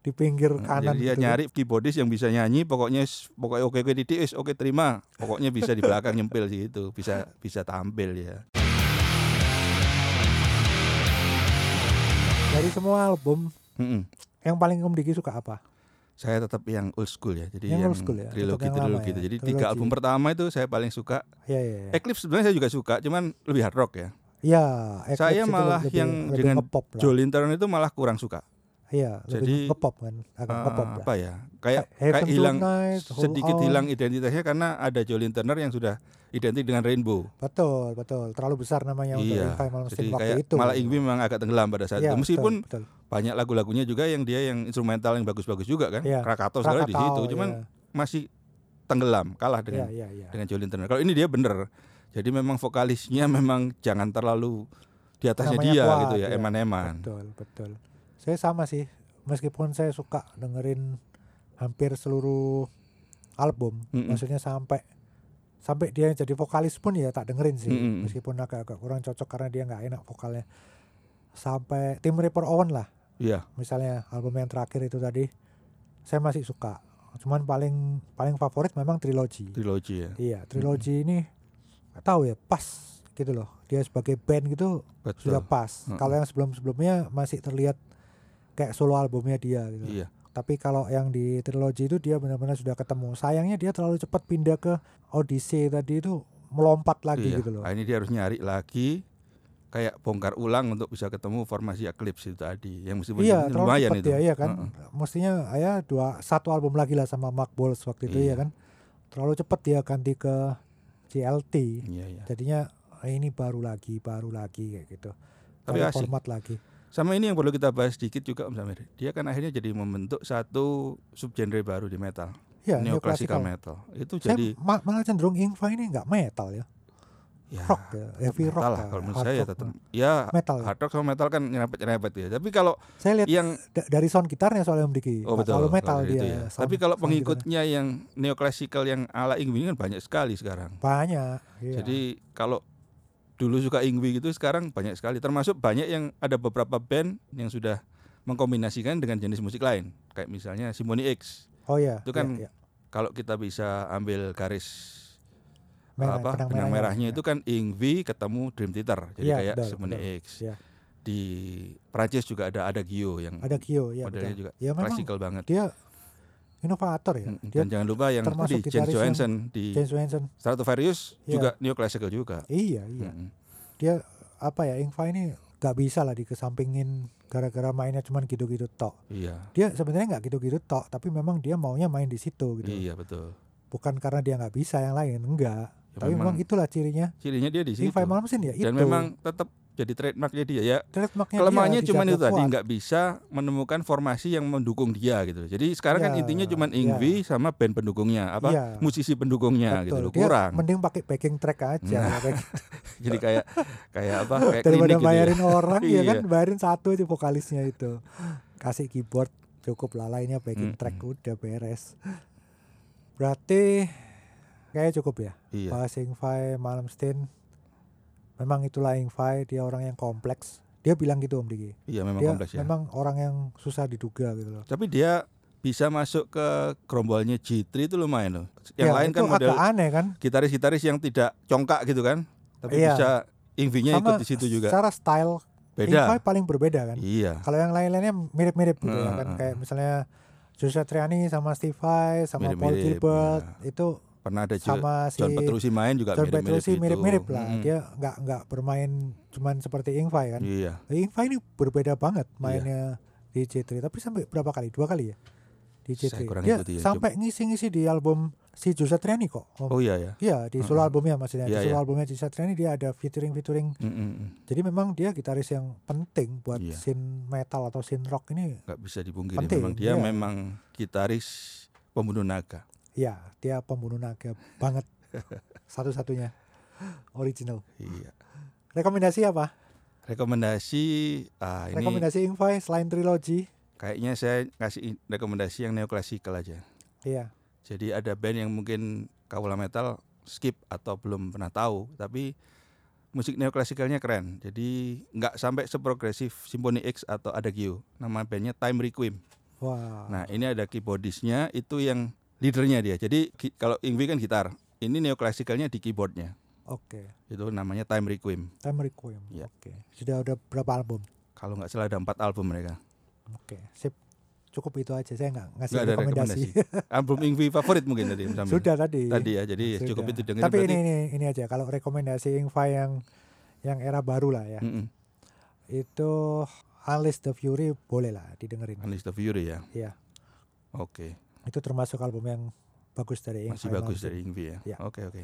Speaker 1: di pinggir
Speaker 2: Heeh,
Speaker 1: kanan
Speaker 2: Jadi dia
Speaker 1: gitu.
Speaker 2: nyari keyboardis yang bisa nyanyi, pokoknya s- pokoknya oke oke titik, is oke terima, pokoknya bisa di belakang nyempil sih itu, bisa bisa tampil ya.
Speaker 1: Dari semua album
Speaker 2: Heeh.
Speaker 1: yang paling Om Diki suka apa?
Speaker 2: saya tetap yang old school ya
Speaker 1: Yang
Speaker 2: jadi yang,
Speaker 1: old school ya, tetap
Speaker 2: trilogi
Speaker 1: yang lama
Speaker 2: trilogi
Speaker 1: ya,
Speaker 2: itu jadi
Speaker 1: trilogi.
Speaker 2: tiga album pertama itu saya paling suka
Speaker 1: Ya ya ya.
Speaker 2: Eclipse sebenarnya saya juga suka cuman lebih hard rock ya
Speaker 1: Ya, Eclipse
Speaker 2: saya
Speaker 1: itu
Speaker 2: malah
Speaker 1: lebih-
Speaker 2: yang
Speaker 1: lebih
Speaker 2: dengan
Speaker 1: ngepop lah.
Speaker 2: Joel Linton itu malah kurang suka
Speaker 1: Iya, lebih
Speaker 2: jadi,
Speaker 1: ngepop kan, agak
Speaker 2: Eh,
Speaker 1: ngepop lah.
Speaker 2: apa ya kayak
Speaker 1: Heaven
Speaker 2: kayak hilang
Speaker 1: Tonight, Hold
Speaker 2: sedikit
Speaker 1: On.
Speaker 2: hilang identitasnya karena ada Jolin Turner yang sudah identik dengan Rainbow
Speaker 1: Betul, betul. Terlalu besar namanya untuk
Speaker 2: iya
Speaker 1: Ingvar Malmsteen
Speaker 2: jadi
Speaker 1: Oh, waktu
Speaker 2: kayak
Speaker 1: itu.
Speaker 2: malah Ingwi memang agak tenggelam pada saat
Speaker 1: Iya,
Speaker 2: itu meskipun
Speaker 1: betul, betul.
Speaker 2: banyak lagu-lagunya juga yang dia yang instrumental yang bagus-bagus juga kan
Speaker 1: Iya,
Speaker 2: Krakatau sebenarnya di situ
Speaker 1: Krakatau,
Speaker 2: cuman
Speaker 1: iya.
Speaker 2: masih tenggelam kalah dengan
Speaker 1: Iya, iya, iya.
Speaker 2: dengan Jolin Turner. Kalau ini dia bener. Jadi memang vokalisnya memang jangan terlalu di atasnya
Speaker 1: Namanya
Speaker 2: dia
Speaker 1: kuat,
Speaker 2: gitu ya,
Speaker 1: iya.
Speaker 2: eman-eman.
Speaker 1: Betul, betul. Saya sama sih. Meskipun saya suka dengerin hampir seluruh album,
Speaker 2: Mm-mm.
Speaker 1: maksudnya sampai sampai dia jadi vokalis pun ya tak dengerin sih.
Speaker 2: Mm-mm.
Speaker 1: Meskipun agak-agak kurang cocok karena dia nggak enak vokalnya. Sampai tim Reaper Owen lah,
Speaker 2: Iya,
Speaker 1: misalnya album yang terakhir itu tadi, saya masih suka. Cuman paling paling favorit memang trilogi.
Speaker 2: trilogi ya.
Speaker 1: Iya, trilogi ini nggak tahu ya pas gitu loh. Dia sebagai band gitu
Speaker 2: Betul.
Speaker 1: sudah pas.
Speaker 2: Mm-mm.
Speaker 1: Kalau yang sebelum-sebelumnya masih terlihat kayak solo albumnya dia gitu.
Speaker 2: Iya.
Speaker 1: Tapi kalau yang di trilogi itu dia benar-benar sudah ketemu. Sayangnya dia terlalu cepat pindah ke Odyssey tadi itu melompat lagi
Speaker 2: iya.
Speaker 1: gitu loh.
Speaker 2: Nah, ini dia harus nyari lagi kayak bongkar ulang untuk bisa ketemu formasi Eclipse itu tadi yang mesti
Speaker 1: Iya, terlalu
Speaker 2: lumayan
Speaker 1: cepat
Speaker 2: itu.
Speaker 1: ya, iya kan.
Speaker 2: Heeh.
Speaker 1: Mestinya ya dua satu album lagi lah sama Mark Bowles waktu itu
Speaker 2: Iya.
Speaker 1: ya kan. Terlalu cepat dia ganti ke CLT.
Speaker 2: Iya, iya.
Speaker 1: Jadinya "Ah, ini baru lagi, baru lagi kayak gitu.
Speaker 2: Tapi
Speaker 1: Baru
Speaker 2: asik.
Speaker 1: format lagi.
Speaker 2: Sama ini yang perlu kita bahas sedikit juga Om Samir. Dia kan akhirnya jadi membentuk satu subgenre baru di metal,
Speaker 1: Ya, neoclassical.
Speaker 2: neoclassical metal. Itu
Speaker 1: Saya
Speaker 2: jadi
Speaker 1: ma- malah cenderung Ingva ini nggak metal ya.
Speaker 2: ya,
Speaker 1: rock ya, heavy
Speaker 2: metal
Speaker 1: rock
Speaker 2: lah
Speaker 1: ya,
Speaker 2: kalau menurut
Speaker 1: hard
Speaker 2: saya
Speaker 1: rock.
Speaker 2: tetap ya
Speaker 1: metal.
Speaker 2: hard rock sama metal kan nyerempet-nyerempet ya. Tapi kalau
Speaker 1: Saya lihat
Speaker 2: yang
Speaker 1: da- dari sound gitarnya soalnya Om Diki,
Speaker 2: Oh
Speaker 1: nggak
Speaker 2: betul.
Speaker 1: terlalu iya, metal
Speaker 2: kalau
Speaker 1: dia.
Speaker 2: itu ya.
Speaker 1: sound-
Speaker 2: Tapi kalau
Speaker 1: sound gitu. gitarnya.
Speaker 2: pengikutnya yang neoklasikal yang ala Ingwi ini kan banyak sekali sekarang.
Speaker 1: banyak. iya.
Speaker 2: Jadi kalau dulu suka Ingwi gitu sekarang banyak sekali. Termasuk banyak yang ada beberapa band yang sudah mengkombinasikan dengan jenis musik lain. Kayak misalnya Simoni X.
Speaker 1: oh ya,
Speaker 2: itu kan Kalau kita bisa ambil garis apa benang, merahnya itu kan Ingwi ketemu Dream Theater. Jadi
Speaker 1: Iya,
Speaker 2: kayak
Speaker 1: betul,
Speaker 2: Simoni
Speaker 1: betul.
Speaker 2: X.
Speaker 1: Iya.
Speaker 2: Di Prancis juga ada ada Gio yang
Speaker 1: ada Kyo ya.
Speaker 2: modelnya
Speaker 1: betul.
Speaker 2: juga
Speaker 1: Ya memang
Speaker 2: klasikal banget.
Speaker 1: dia inovator ya.
Speaker 2: Mm,
Speaker 1: Dia
Speaker 2: Dan jangan lupa yang
Speaker 1: termasuk
Speaker 2: tadi James
Speaker 1: gitaris yang-
Speaker 2: Johansson di
Speaker 1: James Winston.
Speaker 2: Stratovarius
Speaker 1: Iya.
Speaker 2: juga neoclassical juga.
Speaker 1: Iya, iya.
Speaker 2: Mm-mm.
Speaker 1: Dia apa ya Ingva ini nggak bisa lah dikesampingin gara-gara mainnya cuman gitu-gitu tok.
Speaker 2: Iya.
Speaker 1: Dia sebenarnya nggak gitu-gitu tok, tapi memang dia maunya main di situ gitu.
Speaker 2: Iya betul.
Speaker 1: Bukan karena dia nggak bisa yang lain, enggak.
Speaker 2: Ya,
Speaker 1: tapi memang, itulah cirinya
Speaker 2: cirinya dia di situ.
Speaker 1: Ingvar Malmsteen ya itu.
Speaker 2: Dan memang tetap jadi trademarknya dia ya.
Speaker 1: trademarknya
Speaker 2: Kelemahannya
Speaker 1: dia
Speaker 2: cuma itu
Speaker 1: dijaga
Speaker 2: tadi
Speaker 1: kuat.
Speaker 2: nggak bisa menemukan formasi yang mendukung dia gitu. Jadi sekarang kan
Speaker 1: Iya,
Speaker 2: intinya cuma
Speaker 1: iya.
Speaker 2: Ingvi sama band pendukungnya apa
Speaker 1: Iya.
Speaker 2: musisi
Speaker 1: Betul.
Speaker 2: pendukungnya gitu loh
Speaker 1: Dia
Speaker 2: kurang.
Speaker 1: mending pakai backing track aja
Speaker 2: Nah,
Speaker 1: kayak
Speaker 2: Jadi kayak kayak apa kayak klinik
Speaker 1: daripada
Speaker 2: gitu ya.
Speaker 1: bayarin orang ya kan
Speaker 2: Iya.
Speaker 1: bayarin satu aja vokalisnya itu kasih keyboard cukup lah lainnya backing
Speaker 2: Mm-mm.
Speaker 1: track udah beres berarti kayaknya cukup ya.
Speaker 2: Iya.
Speaker 1: Bahas Ingvai, Malmsteen. Memang itulah Ingvai, dia orang yang kompleks. Dia bilang gitu Om Diki.
Speaker 2: Iya memang
Speaker 1: Dia
Speaker 2: kompleks ya.
Speaker 1: memang orang yang susah diduga gitu loh.
Speaker 2: Tapi dia bisa masuk ke gerombolnya G3 itu lumayan loh. Yang
Speaker 1: Ya,
Speaker 2: lain
Speaker 1: itu
Speaker 2: kan model
Speaker 1: agak aneh kan.
Speaker 2: gitaris-gitaris yang tidak congkak gitu kan. Tapi
Speaker 1: Iya.
Speaker 2: bisa Ingvinya ikut di situ juga.
Speaker 1: secara style
Speaker 2: Beda.
Speaker 1: Ingvai paling berbeda kan.
Speaker 2: Iya.
Speaker 1: Kalau yang lain-lainnya mirip-mirip gitu ya
Speaker 2: Heeh,
Speaker 1: kan
Speaker 2: heeh.
Speaker 1: kayak misalnya Joshua Triani sama Steve Vai sama Paul
Speaker 2: Mirip-mirip,
Speaker 1: Gilbert itu
Speaker 2: Pernah ada Jo-
Speaker 1: sama si
Speaker 2: John Petrucci main juga
Speaker 1: John
Speaker 2: mirip-mirip
Speaker 1: Petrucci
Speaker 2: gitu.
Speaker 1: mirip-mirip lah.
Speaker 2: Mm-mm.
Speaker 1: Dia nggak nggak bermain cuman seperti Ingvai kan.
Speaker 2: Iya.
Speaker 1: Ingvai ini berbeda banget mainnya di C3 tapi sampai berapa kali? Dua kali ya di C3.
Speaker 2: Saya kurang
Speaker 1: Dia
Speaker 2: ikuti ya,
Speaker 1: sampai ngisi-ngisi di album si Joshua Triani kok. Om.
Speaker 2: Oh iya ya.
Speaker 1: Iya di solo
Speaker 2: Mm-mm.
Speaker 1: albumnya maksudnya
Speaker 2: Iya,
Speaker 1: di solo
Speaker 2: iya.
Speaker 1: albumnya Joshua Triani dia ada featuring featuring.
Speaker 2: Mm-mm.
Speaker 1: Jadi memang dia gitaris yang penting buat
Speaker 2: Iya.
Speaker 1: scene metal atau scene rock ini.
Speaker 2: nggak bisa dipungkiri
Speaker 1: Penting,
Speaker 2: memang
Speaker 1: iya.
Speaker 2: dia memang gitaris pembunuh naga
Speaker 1: Ya dia pembunuh naga banget satu-satunya original.
Speaker 2: iya
Speaker 1: Rekomendasi apa?
Speaker 2: rekomendasi ah ini
Speaker 1: Rekomendasi Ingvai selain trilogi.
Speaker 2: kayaknya saya kasih in- rekomendasi yang neoklasikal aja
Speaker 1: Iya.
Speaker 2: jadi ada band yang mungkin kawula metal skip atau belum pernah tahu tapi musik neoklasikalnya keren jadi nggak sampai seprogresif Symphony X atau Adagio nama bandnya Time Requiem
Speaker 1: Wah.
Speaker 2: Nah ini ada keyboardisnya itu yang leadernya dia. Jadi ki- kalau Ingvi kan gitar, ini neoklasikalnya di keyboardnya.
Speaker 1: Oke.
Speaker 2: Itu namanya Time Requiem.
Speaker 1: Time Requiem.
Speaker 2: Iya.
Speaker 1: Oke. Sudah udah berapa album?
Speaker 2: Kalau nggak salah ada empat album mereka.
Speaker 1: Oke. Sip. Cukup itu aja. Saya nggak ngasih
Speaker 2: Nggak ada
Speaker 1: rekomendasi.
Speaker 2: rekomendasi. Album Ingvi favorit mungkin tadi. Mas Amin.
Speaker 1: Sudah tadi.
Speaker 2: Tadi ya. Jadi ya
Speaker 1: Sudah.
Speaker 2: cukup itu dengerin.
Speaker 1: Tapi ini,
Speaker 2: berarti-
Speaker 1: ini ini aja. Kalau rekomendasi Ingva yang yang era baru lah ya.
Speaker 2: Mm-mm.
Speaker 1: Itu Alice the Fury boleh lah didengerin.
Speaker 2: Unleash the Fury ya.
Speaker 1: Iya.
Speaker 2: Oke.
Speaker 1: Itu termasuk album yang bagus dari Ingva.
Speaker 2: Masih bagus
Speaker 1: Malmsteen.
Speaker 2: dari Ingvi ya.
Speaker 1: Iya.
Speaker 2: Oke oke.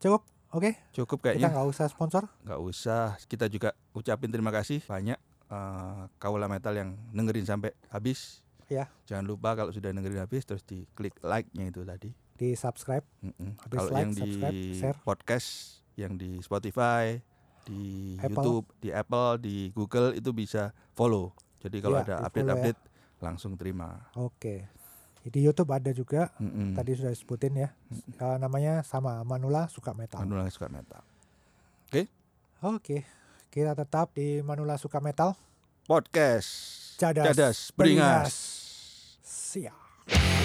Speaker 1: Cukup. Oke.
Speaker 2: Cukup
Speaker 1: Kita
Speaker 2: kayaknya.
Speaker 1: nggak usah sponsor.
Speaker 2: Nggak usah. Kita juga ucapin terima kasih banyak eh kaula metal yang dengerin sampai habis.
Speaker 1: Iya.
Speaker 2: Jangan lupa kalau sudah dengerin habis terus diklik like-nya itu tadi.
Speaker 1: Di subscribe.
Speaker 2: Mm-mm.
Speaker 1: Habis
Speaker 2: Kalau
Speaker 1: like,
Speaker 2: yang di
Speaker 1: subscribe, share.
Speaker 2: podcast, yang di Spotify, di
Speaker 1: Apple.
Speaker 2: YouTube, di Apple, di Google itu bisa follow. Jadi
Speaker 1: Iya,
Speaker 2: kalau ada
Speaker 1: di-follow
Speaker 2: update-update langsung terima.
Speaker 1: Oke. Di YouTube ada juga.
Speaker 2: Mm-mm.
Speaker 1: Tadi sudah disebutin ya.
Speaker 2: Hmm.
Speaker 1: Eh, namanya sama Manula suka metal.
Speaker 2: Anu langsung suka metal.
Speaker 1: Oke, kita tetap di Manula Suka Metal.
Speaker 2: Podcast.
Speaker 1: Cadas
Speaker 2: Cadas
Speaker 1: Beringas.
Speaker 2: Beringas.
Speaker 1: Siap.